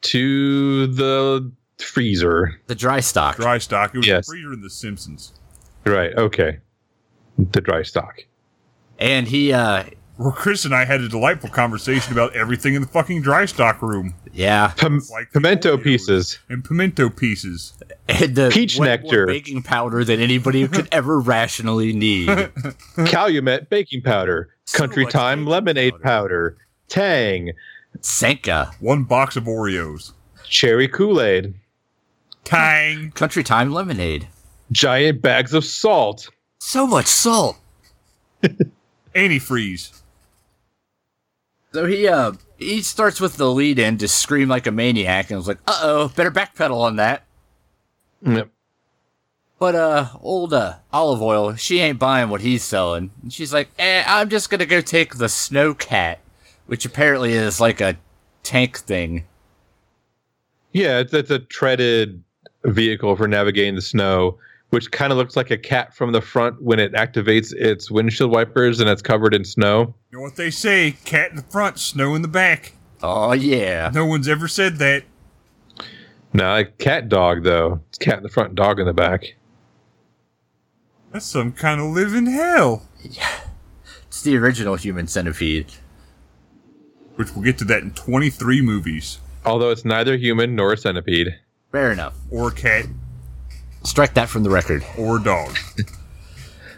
[SPEAKER 3] to the freezer.
[SPEAKER 1] The dry stock.
[SPEAKER 2] Dry stock. It was
[SPEAKER 3] Yes.
[SPEAKER 2] a freezer in The Simpsons.
[SPEAKER 3] Right. Okay. The dry stock.
[SPEAKER 1] And he, uh,
[SPEAKER 2] Well, Chris and I had a delightful conversation about everything in the fucking dry stock room
[SPEAKER 1] yeah.
[SPEAKER 3] Pim-
[SPEAKER 2] Like
[SPEAKER 3] pimento
[SPEAKER 2] Oreos.
[SPEAKER 3] pieces.
[SPEAKER 2] and pimento pieces.
[SPEAKER 1] And the
[SPEAKER 3] Peach
[SPEAKER 1] way more
[SPEAKER 3] nectar.
[SPEAKER 1] baking powder that anybody could ever rationally need.
[SPEAKER 3] Calumet baking powder, Country
[SPEAKER 2] much
[SPEAKER 3] Time
[SPEAKER 2] baking
[SPEAKER 3] lemonade powder, Tang,
[SPEAKER 1] Senka.
[SPEAKER 2] One box of Oreos.
[SPEAKER 3] cherry Kool Aid,
[SPEAKER 2] Tang.
[SPEAKER 1] Country Time Lemonade.
[SPEAKER 3] giant bags of salt.
[SPEAKER 1] So much salt.
[SPEAKER 2] Antifreeze.
[SPEAKER 1] So he uh he starts with the lead in to scream like a maniac and was like, uh oh, better backpedal on that.
[SPEAKER 3] Yep.
[SPEAKER 1] But uh old uh, olive oil, she ain't buying what he's selling. And she's like, eh, I'm just gonna go take the snow cat, which apparently is like a tank thing.
[SPEAKER 3] Yeah, it's, it's a treaded vehicle for navigating the snow, which kind of looks like a cat from the front when it activates its windshield wipers and it's covered in snow.
[SPEAKER 2] You know what they say? Cat in the front, snow in the back.
[SPEAKER 1] Oh yeah.
[SPEAKER 2] No one's ever said that.
[SPEAKER 3] No, like cat dog, though. It's cat in the front, dog in the back.
[SPEAKER 2] That's some kind of living hell.
[SPEAKER 1] It's the original human centipede.
[SPEAKER 2] Which we'll get to that in 23 movies.
[SPEAKER 3] Although it's neither human nor a centipede.
[SPEAKER 1] Fair enough.
[SPEAKER 2] Or a cat,
[SPEAKER 1] Strike that from the record.
[SPEAKER 2] or a dog.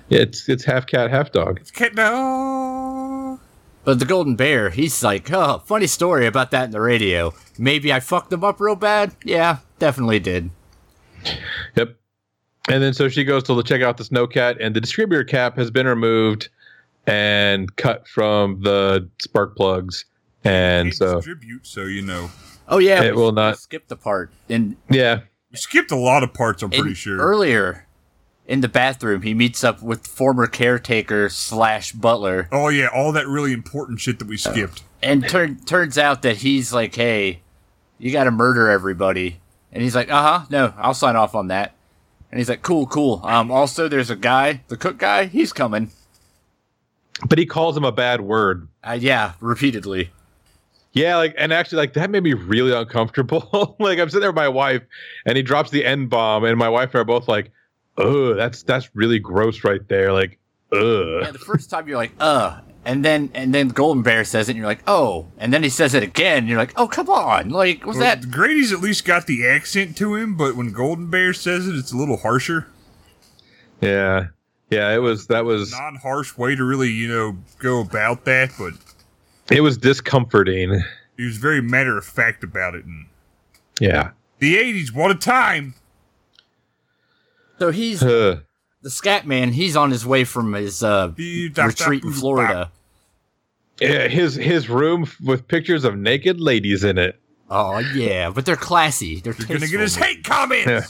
[SPEAKER 3] It's it's half cat, half dog.
[SPEAKER 2] It's cat dog.
[SPEAKER 1] But the golden bear, he's like, oh, funny story about that in the radio. Maybe I fucked him up real bad. Yeah, definitely did.
[SPEAKER 3] Yep. And then so she goes to check out the snow cat, and the distributor cap has been removed and cut from the spark plugs. And
[SPEAKER 2] It's
[SPEAKER 3] so,
[SPEAKER 2] tribute, so you know.
[SPEAKER 1] Oh yeah,
[SPEAKER 3] It
[SPEAKER 1] we
[SPEAKER 3] will not-
[SPEAKER 1] skip the part. And
[SPEAKER 3] yeah,
[SPEAKER 2] We skipped a lot of parts, I'm
[SPEAKER 1] and
[SPEAKER 2] pretty sure.
[SPEAKER 1] earlier in the bathroom, he meets up with former caretaker slash butler,
[SPEAKER 2] oh, yeah, all that really important shit that we skipped.
[SPEAKER 1] and turn turns out that he's like, hey, you got to murder everybody, and he's like, uh huh, no, I'll sign off on that. And he's like, cool, cool. Um, also, there's a guy, the cook guy, he's coming.
[SPEAKER 3] but he calls him a bad word.
[SPEAKER 1] Uh, yeah, repeatedly.
[SPEAKER 3] Yeah, like and actually, like that made me really uncomfortable. like I'm sitting there with my wife, and he drops the n bomb, and my wife and I are both like, "Oh, that's that's really gross right there." Like,
[SPEAKER 1] Yeah,
[SPEAKER 3] ugh.
[SPEAKER 1] the first time you're like, uh, and then and then Golden Bear says it, and you're like, oh, and then he says it again, and you're like, oh, come on, like, was
[SPEAKER 2] Well,
[SPEAKER 1] that?
[SPEAKER 2] Grady's at least got the accent to him, but when Golden Bear says it, it's a little harsher.
[SPEAKER 3] Yeah, yeah. It was that was
[SPEAKER 2] Non harsh way to really, you know, go about that, but
[SPEAKER 3] it was discomforting.
[SPEAKER 2] he was very matter of fact about it. And
[SPEAKER 3] Yeah.
[SPEAKER 2] the 80s, what a time!
[SPEAKER 1] So he's
[SPEAKER 3] Ugh.
[SPEAKER 1] the Scat Man. He's on his way from his uh, retreat in Florida,
[SPEAKER 3] Yeah, his his room f- with pictures of naked ladies in it.
[SPEAKER 1] Oh yeah, but they're classy. They're
[SPEAKER 2] You're gonna get
[SPEAKER 1] tasteful.
[SPEAKER 2] his hate comments.
[SPEAKER 3] Yeah.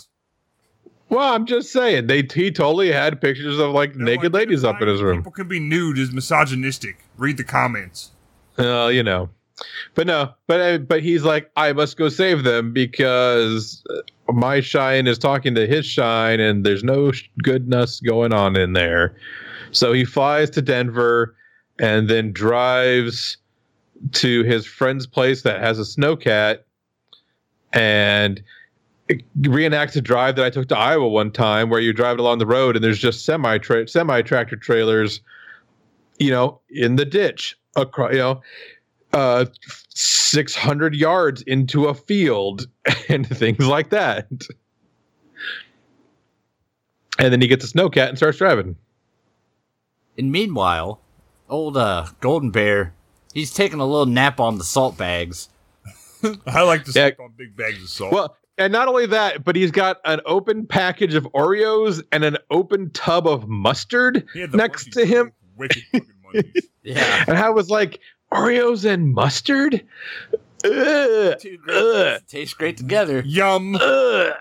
[SPEAKER 3] Well, I'm just saying they he totally had pictures of like
[SPEAKER 2] They're
[SPEAKER 3] naked
[SPEAKER 2] like,
[SPEAKER 3] ladies up in his room.
[SPEAKER 2] People can be nude is misogynistic. Read the comments.
[SPEAKER 3] Uh, you know, but no, but uh, but he's like, I must go save them because uh, my shine is talking to his shine, and there's no sh- goodness going on in there. So he flies to Denver, and then drives to his friend's place that has a snowcat, and it reenacts a drive that I took to Iowa one time, where you drive along the road and there's just semi tra- semi tractor trailers, you know, in the ditch across, you know, uh, six hundred yards into a field and things like that. And then he gets a snowcat and starts driving.
[SPEAKER 1] And meanwhile, old uh, Golden Bear, he's taking a little nap on the salt bags.
[SPEAKER 2] I like to
[SPEAKER 3] Yeah.
[SPEAKER 2] sleep on big bags of salt.
[SPEAKER 3] Well, and not only that, but he's got an open package of Oreos and an open tub of mustard
[SPEAKER 2] He had the
[SPEAKER 3] next
[SPEAKER 2] munchies,
[SPEAKER 3] to him.
[SPEAKER 2] Wicked fucking munchies.
[SPEAKER 1] Yeah,
[SPEAKER 3] And I was like, Oreos and mustard? Ugh,
[SPEAKER 1] two
[SPEAKER 3] Ugh.
[SPEAKER 1] great taste great together.
[SPEAKER 2] Yum.
[SPEAKER 3] ugh.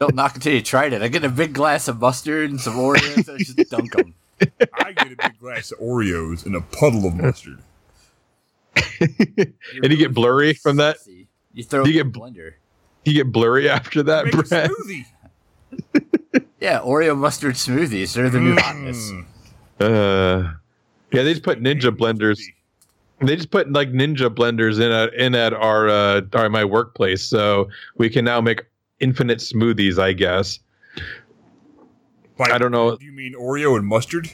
[SPEAKER 1] Don't knock until you tried it. I get a big glass of mustard and some Oreos. I just dunk them.
[SPEAKER 2] I get a big glass of Oreos and a puddle of mustard.
[SPEAKER 3] And you get blurry from that?
[SPEAKER 1] You throw
[SPEAKER 3] You
[SPEAKER 1] it in
[SPEAKER 3] get-
[SPEAKER 1] the blender.
[SPEAKER 3] you get blurry after that,
[SPEAKER 2] Make a
[SPEAKER 3] Brad.
[SPEAKER 2] smoothie.
[SPEAKER 1] Yeah, Oreo mustard smoothies. They're the new hotness.
[SPEAKER 2] Mm.
[SPEAKER 3] Uh, yeah, they just put ninja blenders. They just put like ninja blenders in at in at our uh, our my workplace, so we can now make infinite smoothies. I guess
[SPEAKER 2] Like,
[SPEAKER 3] I don't know.
[SPEAKER 2] Do you mean Oreo and mustard?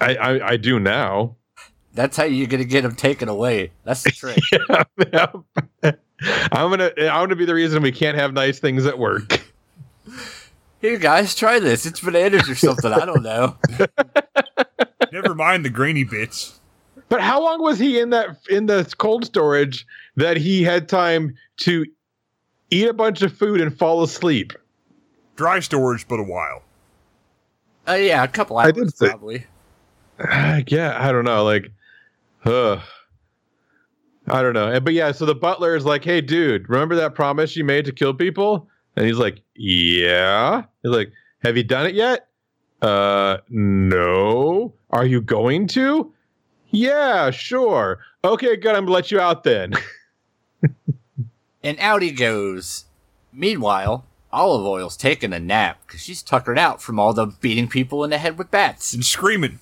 [SPEAKER 3] I I, I do now.
[SPEAKER 1] That's how you're gonna get them taken away. That's the trick.
[SPEAKER 3] I'm gonna I'm gonna be the reason we can't have nice things at work.
[SPEAKER 1] Here, guys, try this. It's bananas or something. I don't know.
[SPEAKER 2] Never mind the grainy bits.
[SPEAKER 3] But how long was he in that in the cold storage that he had time to eat a bunch of food and fall asleep?
[SPEAKER 2] Dry storage, but a while.
[SPEAKER 1] Uh, yeah, a couple hours
[SPEAKER 3] I did say-
[SPEAKER 1] probably.
[SPEAKER 3] Uh, yeah, I don't know. Like, uh, I don't know. And- But yeah, so the butler is like, "Hey, dude, remember that promise you made to kill people?" And he's like, "Yeah." He's like, "Have you done it yet?" Uh, no. Are you going to? Yeah, sure. Okay, good. I'm gonna let you out then.
[SPEAKER 1] And out he goes. Meanwhile, Olive Oil's taking a nap because she's tuckered out from all the beating people in the head with bats.
[SPEAKER 2] And screaming.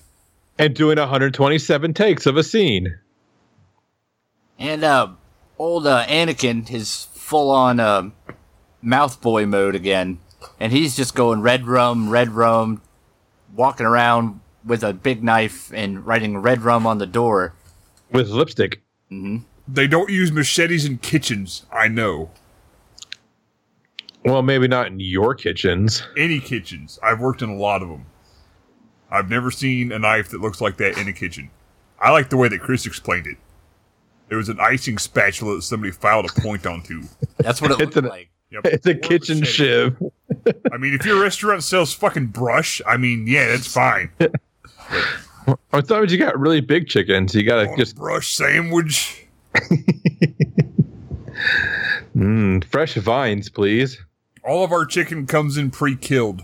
[SPEAKER 3] and doing 127 takes of a scene.
[SPEAKER 1] And uh, old uh, Anakin is full on uh, mouth boy mode again, and he's just going red rum, red rum, walking around with a big knife and writing red rum on the door.
[SPEAKER 3] with lipstick.
[SPEAKER 2] They don't use machetes in kitchens. I know.
[SPEAKER 3] Well, maybe not in your kitchens.
[SPEAKER 2] Any kitchens. I've worked in a lot of them. I've never seen a knife that looks like that in a kitchen. I like the way that Chris explained it. It was an icing spatula that somebody filed a point onto.
[SPEAKER 1] That's what it
[SPEAKER 3] It's
[SPEAKER 1] looked
[SPEAKER 3] an-
[SPEAKER 1] like.
[SPEAKER 2] Yep.
[SPEAKER 3] It's a
[SPEAKER 2] Or
[SPEAKER 3] kitchen
[SPEAKER 2] machete.
[SPEAKER 3] shiv.
[SPEAKER 2] I mean, if your restaurant sells fucking brush, I mean, yeah, that's fine.
[SPEAKER 3] I thought you got really big chickens. You gotta
[SPEAKER 2] On a
[SPEAKER 3] just
[SPEAKER 2] brush sandwich.
[SPEAKER 3] mm, fresh vines, please.
[SPEAKER 2] All of our chicken comes in pre-killed.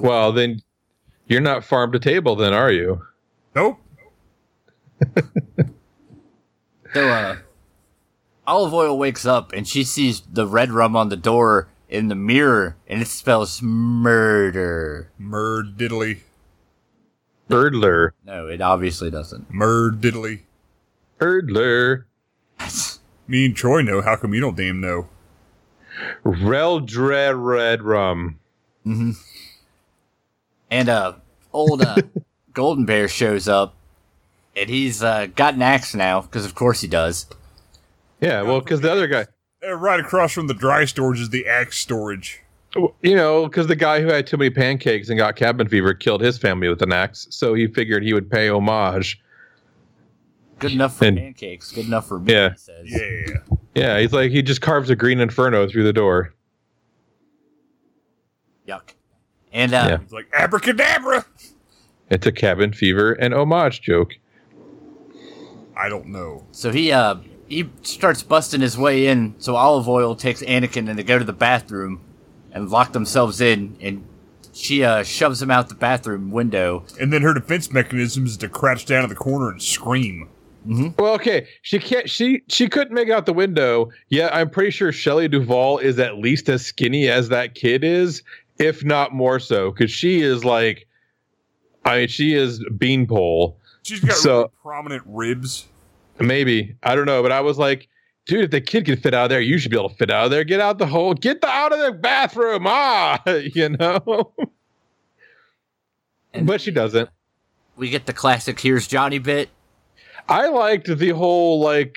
[SPEAKER 3] Well, then you're not farm to table, then are you?
[SPEAKER 2] Nope.
[SPEAKER 1] So, uh, Olive Oil wakes up and she sees the red rum on the door in the mirror, and it spells murder.
[SPEAKER 2] Murd diddly.
[SPEAKER 3] Erdler,
[SPEAKER 1] No, it obviously doesn't.
[SPEAKER 2] Murd diddly.
[SPEAKER 3] Erdler,
[SPEAKER 2] Me and Troy know. How come you don't damn know?
[SPEAKER 3] Reldre Red Rum.
[SPEAKER 1] And uh, old uh, Golden Bear shows up, and he's uh, got an axe now because of course he does.
[SPEAKER 3] Yeah, well, because the other guy,
[SPEAKER 2] Eh, Right across from the dry storage is the axe storage.
[SPEAKER 3] you know, because the guy who had too many pancakes and got cabin fever killed his family with an axe, so he figured he would pay homage.
[SPEAKER 1] Good enough for
[SPEAKER 3] And-
[SPEAKER 1] pancakes. Good enough for me.
[SPEAKER 3] Yeah.
[SPEAKER 1] He says.
[SPEAKER 2] Yeah.
[SPEAKER 3] Yeah, he's like he just carves a green inferno through the door.
[SPEAKER 1] Yuck. uh, And uh,
[SPEAKER 2] It's like abracadabra.
[SPEAKER 3] It's a cabin fever and homage joke.
[SPEAKER 2] I don't know.
[SPEAKER 1] So he uh he starts busting his way in. So olive oil takes Anakin and they go to the bathroom and lock themselves in. And she uh shoves him out the bathroom window.
[SPEAKER 2] And then her defense mechanism is to crouch down in the corner and scream.
[SPEAKER 3] Well, okay, she can't. She she couldn't make out the window. Yeah, I'm pretty sure Shelley Duvall is at least as skinny as that kid is, if not more so, because she is like, I mean, she is beanpole.
[SPEAKER 2] She's got
[SPEAKER 3] So-
[SPEAKER 2] really prominent ribs.
[SPEAKER 3] Maybe I don't know, but I was like, dude, if the kid can fit out of there, you should be able to fit out of there. Get out the hole. Get the out of the bathroom. Ah, you know.
[SPEAKER 1] And
[SPEAKER 3] but she doesn't.
[SPEAKER 1] we get the classic "Here's Johnny" bit.
[SPEAKER 3] I liked the whole like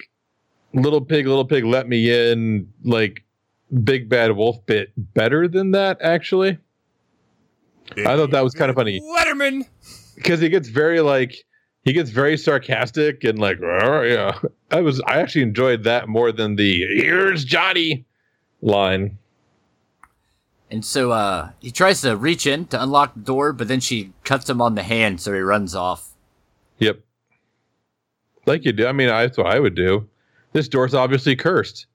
[SPEAKER 3] little pig, little pig, let me in, like big bad wolf bit better than that actually I thought that was kinda funny.
[SPEAKER 2] Letterman.
[SPEAKER 3] because he gets very like he gets very sarcastic and like "Rah, yeah. I was I actually enjoyed that more than the here's Johnny line.
[SPEAKER 1] And so uh, he tries to reach in to unlock the door, but then she cuts him on the hand, so he runs off.
[SPEAKER 3] Yep, like you do. I mean, I, that's what I would do. This door's obviously cursed.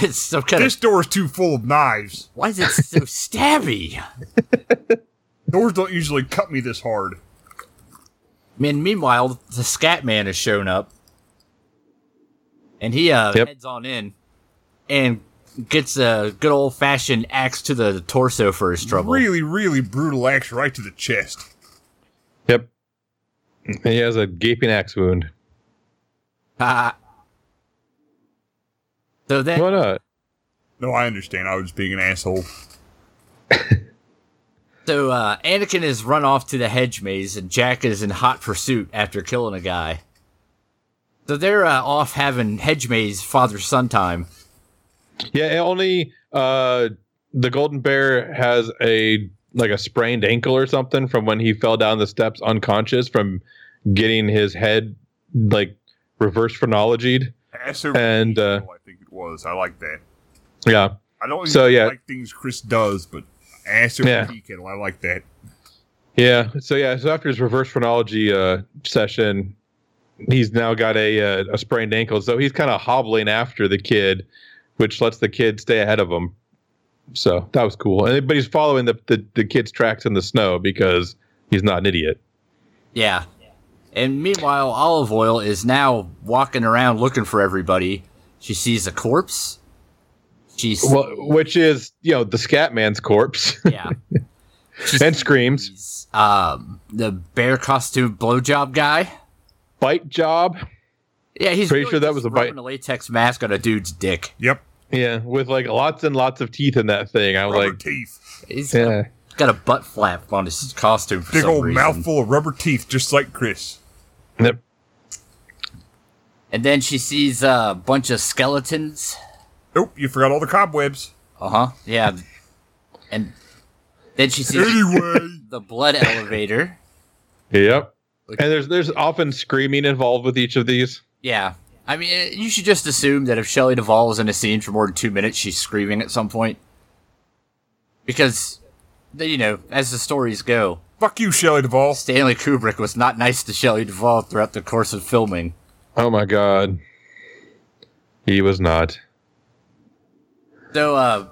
[SPEAKER 1] It's so kind
[SPEAKER 2] This
[SPEAKER 1] of.
[SPEAKER 2] door's too full of knives.
[SPEAKER 1] Why is it so stabby?
[SPEAKER 2] Doors don't usually cut me this hard.
[SPEAKER 1] Man, meanwhile, the Scat Man has shown up, and he uh,
[SPEAKER 3] Yep.
[SPEAKER 1] heads on in and gets a good old fashioned axe to the torso for his trouble.
[SPEAKER 2] Really, really brutal axe right to the chest.
[SPEAKER 3] Yep, and he has a gaping axe wound.
[SPEAKER 1] Ah. so then,
[SPEAKER 3] Why not?
[SPEAKER 2] No, I understand. I was being an asshole.
[SPEAKER 1] so uh, Anakin has run off to the hedge maze, and Jack is in hot pursuit after killing a guy. So they're uh, off having hedge maze father son time.
[SPEAKER 3] Yeah, it only uh the golden bear has a like a sprained ankle or something from when he fell down the steps unconscious from getting his head like reverse phrenologied.
[SPEAKER 2] Ass over
[SPEAKER 3] And uh
[SPEAKER 2] I think it was. I like that.
[SPEAKER 3] yeah.
[SPEAKER 2] I don't
[SPEAKER 3] So,
[SPEAKER 2] usually
[SPEAKER 3] yeah.
[SPEAKER 2] like things Chris does, but ass over
[SPEAKER 3] Yeah.
[SPEAKER 2] tea kettle, I like that.
[SPEAKER 3] Yeah. So yeah, so after his reverse phrenology uh session, he's now got a uh, a sprained ankle. So he's kind of hobbling after the kid, which lets the kid stay ahead of him. So that was cool. And but he's following the, the the kid's tracks in the snow because he's not an idiot.
[SPEAKER 1] Yeah. And meanwhile, Olive Oil is now walking around looking for everybody. She sees a corpse. She's
[SPEAKER 3] well, which is you know the scat man's corpse
[SPEAKER 1] yeah.
[SPEAKER 3] and screams
[SPEAKER 1] She's, um, the bear costume blowjob guy.
[SPEAKER 3] bite job
[SPEAKER 1] Yeah, he's
[SPEAKER 3] Pretty sure that
[SPEAKER 1] just
[SPEAKER 3] was a bite.
[SPEAKER 1] rubbing A latex mask on a dude's dick.
[SPEAKER 2] Yep.
[SPEAKER 3] yeah with like lots and lots of teeth in that thing i was
[SPEAKER 2] Rubber
[SPEAKER 3] like
[SPEAKER 2] teeth.
[SPEAKER 1] He's
[SPEAKER 3] yeah
[SPEAKER 1] got a butt flap on his costume for
[SPEAKER 2] Big
[SPEAKER 1] some
[SPEAKER 2] old
[SPEAKER 1] reason.
[SPEAKER 2] mouthful of rubber teeth, just like Chris.
[SPEAKER 3] Yep.
[SPEAKER 1] And then she sees uh, a bunch of skeletons.
[SPEAKER 2] Nope, Oh, you forgot all the cobwebs.
[SPEAKER 1] Uh huh. Yeah. And then she sees
[SPEAKER 2] Anyway.
[SPEAKER 1] the blood elevator.
[SPEAKER 3] yep and there's there's often screaming involved with each of these
[SPEAKER 1] Yeah. I mean, eh, you should just assume that if Shelley Duvall was in a scene for more than two minutes, she's screaming at some point. Because, th- you know, as the stories go,
[SPEAKER 2] Fuck you, Shelley Duvall.
[SPEAKER 1] Stanley Kubrick was not nice to Shelley Duvall throughout the course of filming.
[SPEAKER 3] oh my god he was not
[SPEAKER 1] So, uh,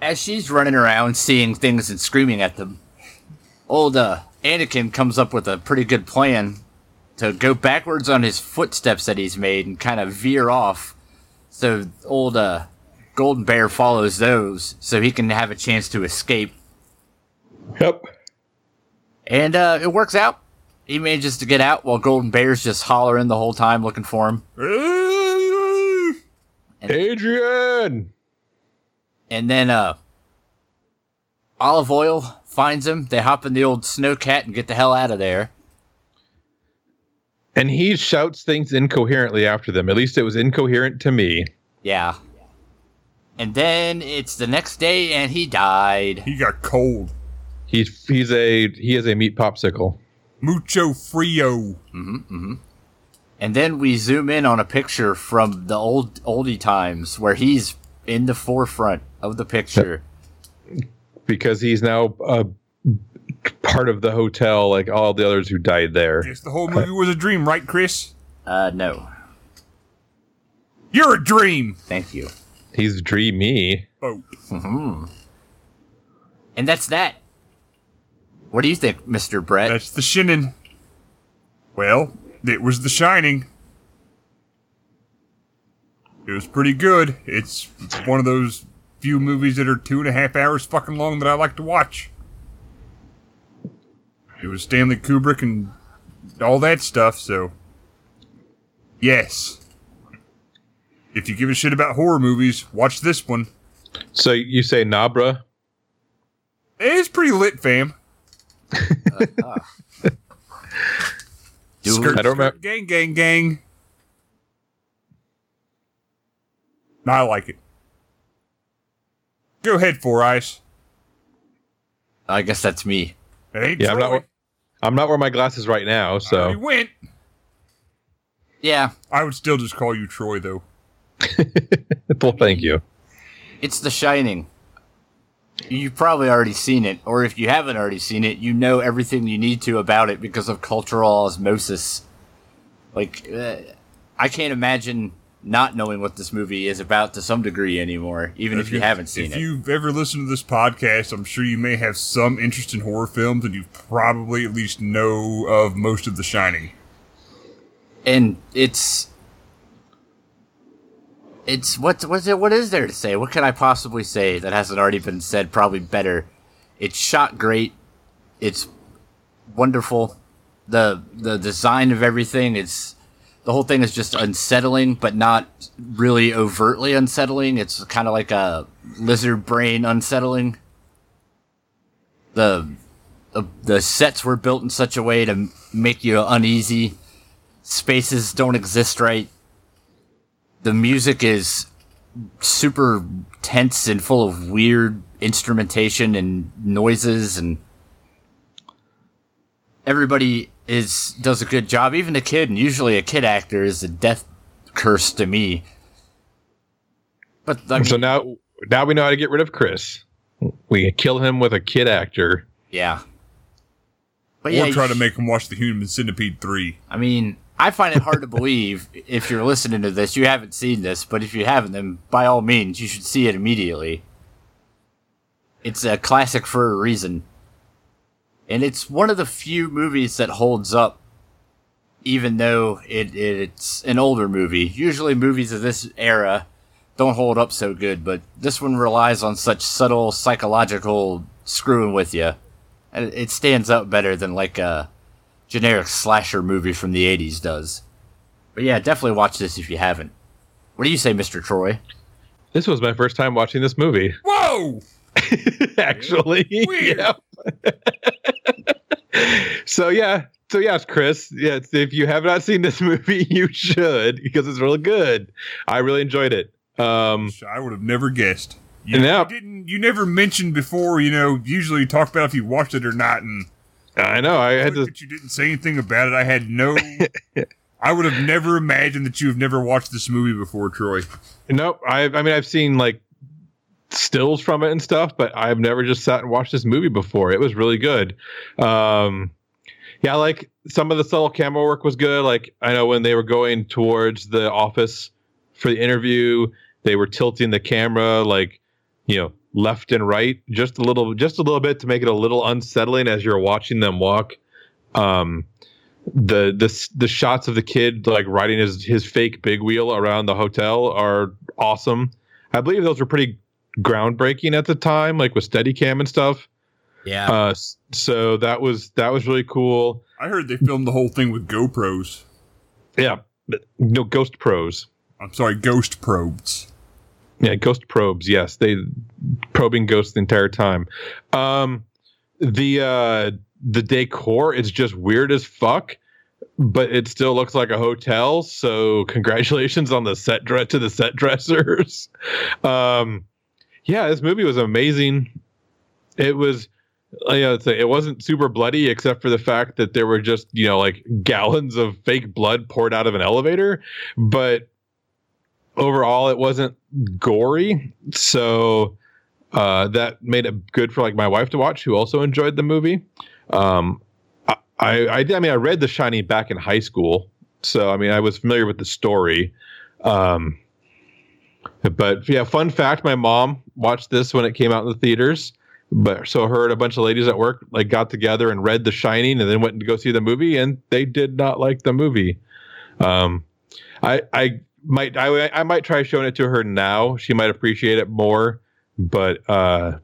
[SPEAKER 1] as she's running around seeing things and screaming at them, old uh, Anakin comes up with a pretty good plan to go backwards on his footsteps that he's made and kind of veer off. So, old uh, Golden Bear follows those so he can have a chance to escape.
[SPEAKER 3] yep
[SPEAKER 1] And uh, it works out. He manages to get out while Golden Bear's just hollering the whole time looking for him.
[SPEAKER 3] adrian
[SPEAKER 1] And then uh Olive Oil finds him. They hop in the old snowcat and get the hell out of there.
[SPEAKER 3] and he shouts things incoherently after them at least it was incoherent to me
[SPEAKER 1] Yeah. And then it's the next day and he died.
[SPEAKER 2] He got cold.
[SPEAKER 3] he's he's a he is a meat popsicle
[SPEAKER 2] Mucho frio.
[SPEAKER 1] And then we zoom in on a picture from the old oldie times where he's in the forefront of the picture.
[SPEAKER 3] because he's now a part of the hotel like all the others who died there.
[SPEAKER 2] Guess the whole movie was a dream, right, Chris?
[SPEAKER 1] Uh, no.
[SPEAKER 2] You're a dream.
[SPEAKER 1] Thank you.
[SPEAKER 3] He's dreamy.
[SPEAKER 2] Oh,
[SPEAKER 1] And that's that. What do you think, Mr. Brett?
[SPEAKER 2] that's the Shining. Well, it was The Shining. It was pretty good. It's one of those few movies that are two and a half hours fucking long that I like to watch. It was Stanley Kubrick and all that stuff, so. Yes. If you give a shit about horror movies, watch this one.
[SPEAKER 3] So you say Nabra?
[SPEAKER 2] It's pretty lit, fam.
[SPEAKER 1] Do-
[SPEAKER 2] Skirt,
[SPEAKER 3] I don't
[SPEAKER 2] skirt,
[SPEAKER 3] remem-
[SPEAKER 2] Gang, gang, gang. No, I like it. Go ahead, Four Eyes.
[SPEAKER 1] I guess that's me.
[SPEAKER 2] It ain't
[SPEAKER 3] Yeah, I'm
[SPEAKER 2] Troy.
[SPEAKER 3] not. I'm not wearing my glasses right now,
[SPEAKER 2] I already
[SPEAKER 3] so
[SPEAKER 2] went.
[SPEAKER 1] Yeah,
[SPEAKER 2] I would still just call you Troy, though.
[SPEAKER 3] well, thank you.
[SPEAKER 1] it's The Shining. You've probably already seen it, or if you haven't already seen it, you know everything you need to about it because of cultural osmosis. Like, uh, I can't imagine not knowing what this movie is about to some degree anymore, even if, you, haven't seen
[SPEAKER 2] if
[SPEAKER 1] it.
[SPEAKER 2] you've ever listened to this podcast, I'm sure you may have some interest in horror films, and you probably at least know of most of The Shining.
[SPEAKER 1] and it's it's what what's it what is there to say? What can I possibly say that hasn't already been said? Probably better. It's shot great. It's wonderful. the The design of everything is the whole thing is just unsettling, but not really overtly unsettling. It's kind of like a lizard brain unsettling. The the, the sets were built in such a way to m- make you uneasy spaces don't exist right. The music is super tense and full of weird instrumentation and noises and everybody is does a good job even the kid and usually a kid actor is a death curse to me but I mean,
[SPEAKER 3] So now, now we know how to get rid of Chris. We kill him with a kid actor.
[SPEAKER 1] yeah but
[SPEAKER 2] or
[SPEAKER 1] you
[SPEAKER 2] try to
[SPEAKER 1] sh-
[SPEAKER 2] make them watch The Human Centipede 3.
[SPEAKER 1] I mean, I find it hard to believe if you're listening to this, you haven't seen this, but if you haven't, then by all means, you should see it immediately. It's a classic for a reason. And it's one of the few movies that holds up, even though it, it's an older movie. Usually, movies of this era don't hold up so good, but this one relies on such subtle psychological screwing with you. And it stands up better than like uh, a generic slasher movie from the 80s does. But yeah, definitely watch this if you haven't. What do you say, Mr. Troy?
[SPEAKER 3] This was my first time watching this movie,
[SPEAKER 2] Whoa!
[SPEAKER 3] actually.
[SPEAKER 2] Weird.
[SPEAKER 3] Yep. so yeah, so yes, Chris. Yes, if you have not seen this movie, you should because it's really good. I really enjoyed it. Um,
[SPEAKER 2] I would have never guessed. You,
[SPEAKER 3] And now-
[SPEAKER 2] you didn't. You never mentioned before. You know, usually you talk about if you watched it or not, and
[SPEAKER 3] I know I had to.
[SPEAKER 2] but you didn't say anything about it. I had no. I would have never imagined that you have never watched this movie before, Troy.
[SPEAKER 3] Nope. I I mean I've seen like stills from it and stuff, but I've never just sat and watched this movie before. It was really good. Um yeah, like some of the subtle camera work was good. Like I know when they were going towards the office for the interview, they were tilting the camera like, you know, left and right just a little just a little bit to make it a little unsettling as you're watching them walk. Um the the s- the shots of the kid like riding his his fake big wheel around the hotel are awesome. I believe those were pretty groundbreaking at the time, like with Steadicam and stuff.
[SPEAKER 1] Yeah.
[SPEAKER 3] Uh, s- so that was that was really cool.
[SPEAKER 2] I heard they filmed the whole thing with GoPros.
[SPEAKER 3] Yeah, but no Ghost Pros.
[SPEAKER 2] I'm sorry, ghost probes.
[SPEAKER 3] Yeah, ghost probes. Yes, they probing ghosts the entire time. Um, the uh, the decor is just weird as fuck, but it still looks like a hotel. So congratulations on the set dress to the set dressers. um, yeah, this movie was amazing. It was. uh, I gotta say, it wasn't super bloody, except for the fact that there were just you know like gallons of fake blood poured out of an elevator. But overall, it wasn't gory. So uh, that made it good for like my wife to watch, who also enjoyed the movie. Um, I, I, I mean, I read The Shining back in high school, so I mean, I was familiar with the story. Um, but yeah, fun fact: my mom watched this when it came out in the theaters. But so her and a bunch of ladies at work like got together and read The Shining, and then went to go see the movie, and they did not like the movie. Um, I I might I, I might try showing it to her now. She might appreciate it more. But uh,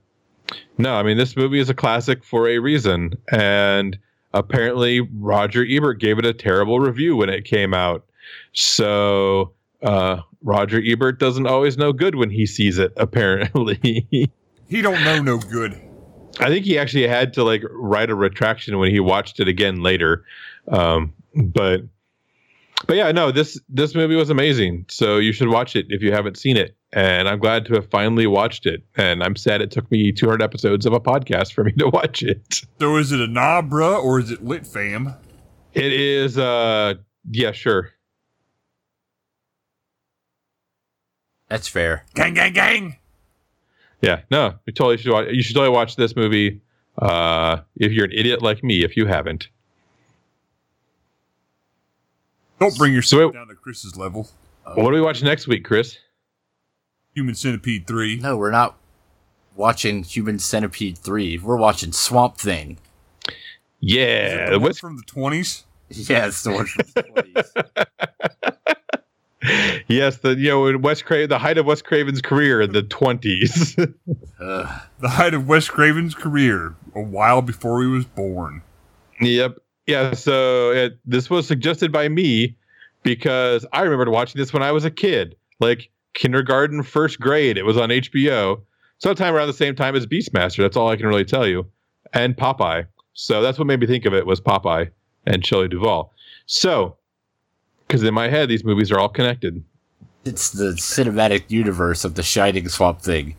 [SPEAKER 3] no, I mean this movie is a classic for a reason, and apparently Roger Ebert gave it a terrible review when it came out. So uh, Roger Ebert doesn't always know good when he sees it. Apparently,
[SPEAKER 2] He don't know no good.
[SPEAKER 3] I think he actually had to like write a retraction when he watched it again later. Um, but but yeah, no, this this movie was amazing. So you should watch it if you haven't seen it. And I'm glad to have finally watched it. And I'm sad it took me 200 episodes of a podcast for me to watch it.
[SPEAKER 2] So is it a nah, bruh, or is it lit fam?
[SPEAKER 3] It is uh yeah, sure.
[SPEAKER 1] That's fair.
[SPEAKER 2] Gang, gang, gang.
[SPEAKER 3] Yeah, no, you totally should watch, you should totally watch this movie. Uh if you're an idiot like me if you haven't.
[SPEAKER 2] Don't bring yourself
[SPEAKER 3] So it-
[SPEAKER 2] down to Chris's level.
[SPEAKER 3] What do we watch next week, Chris?
[SPEAKER 2] Human Centipede 3.
[SPEAKER 1] No, we're not watching Human Centipede 3. We're watching Swamp Thing.
[SPEAKER 2] Is it
[SPEAKER 3] Yeah,
[SPEAKER 2] the one
[SPEAKER 3] what's
[SPEAKER 2] from the 20s?
[SPEAKER 1] Yeah, it's the one from the 20s.
[SPEAKER 3] yes, the you know in Wes Craven, the height of Wes Craven's career in the twenties.
[SPEAKER 1] Ugh.
[SPEAKER 2] The height of Wes Craven's career, a while before he was born.
[SPEAKER 3] yep. Yeah. So it, this was suggested by me because I remembered watching this when I was a kid, like kindergarten, first grade. It was on HBO, sometime around the same time as Beastmaster. That's all I can really tell you. And Popeye. So that's what made me think of it was Popeye and Shelley Duvall. So, because in my head these movies are all connected.
[SPEAKER 1] It's the cinematic universe of the Shining Swamp Thing.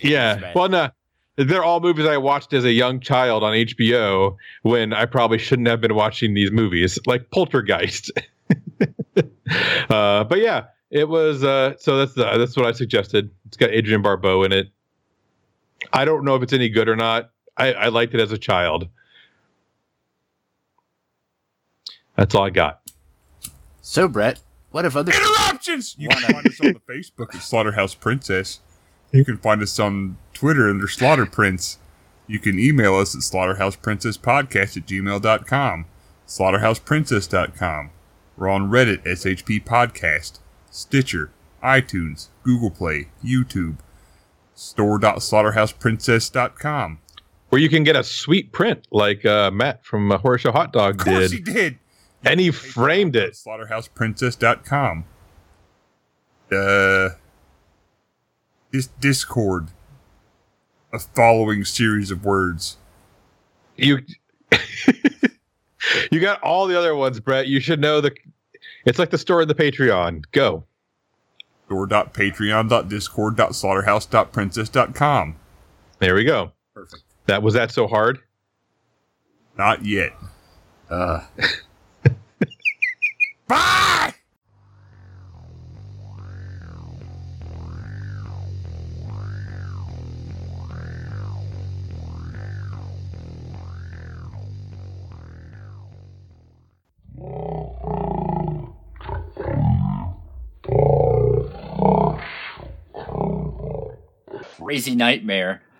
[SPEAKER 3] Yeah.
[SPEAKER 1] Right.
[SPEAKER 3] Well, no, they're all movies I watched as a young child on HBO when I probably shouldn't have been watching these movies, like Poltergeist. uh, but yeah, it was. Uh, so that's the, that's what I suggested. It's got Adrian Barbeau in it. I don't know if it's any good or not. I, I liked it as a child. That's all I got.
[SPEAKER 1] So, Brett, what if other.
[SPEAKER 2] Interruptions! You can find us on the Facebook at Slaughterhouse Princess. You can find us on Twitter under Slaughter Prince. You can email us at slaughterhouseprincesspodcast at gmail.com, slaughterhouseprincess.com. We're on Reddit, SHP Podcast, Stitcher, iTunes, Google Play, YouTube, store.slaughterhouseprincess.com.
[SPEAKER 3] Where you can get a sweet print like uh, Matt from uh, Horror Show Hot Dog
[SPEAKER 2] Of course he
[SPEAKER 3] did,
[SPEAKER 2] did!
[SPEAKER 3] and he framed it.
[SPEAKER 2] slaughterhouseprincess.com uh this discord a following series of words
[SPEAKER 3] you you got all the other ones brett you should know the it's like the store in the patreon go
[SPEAKER 2] door.patreon.discord.slaughterhouse.princess.com
[SPEAKER 3] there we go
[SPEAKER 1] Perfect.
[SPEAKER 3] that was that so hard
[SPEAKER 2] not yet
[SPEAKER 1] Uh,
[SPEAKER 2] bye
[SPEAKER 1] crazy nightmare.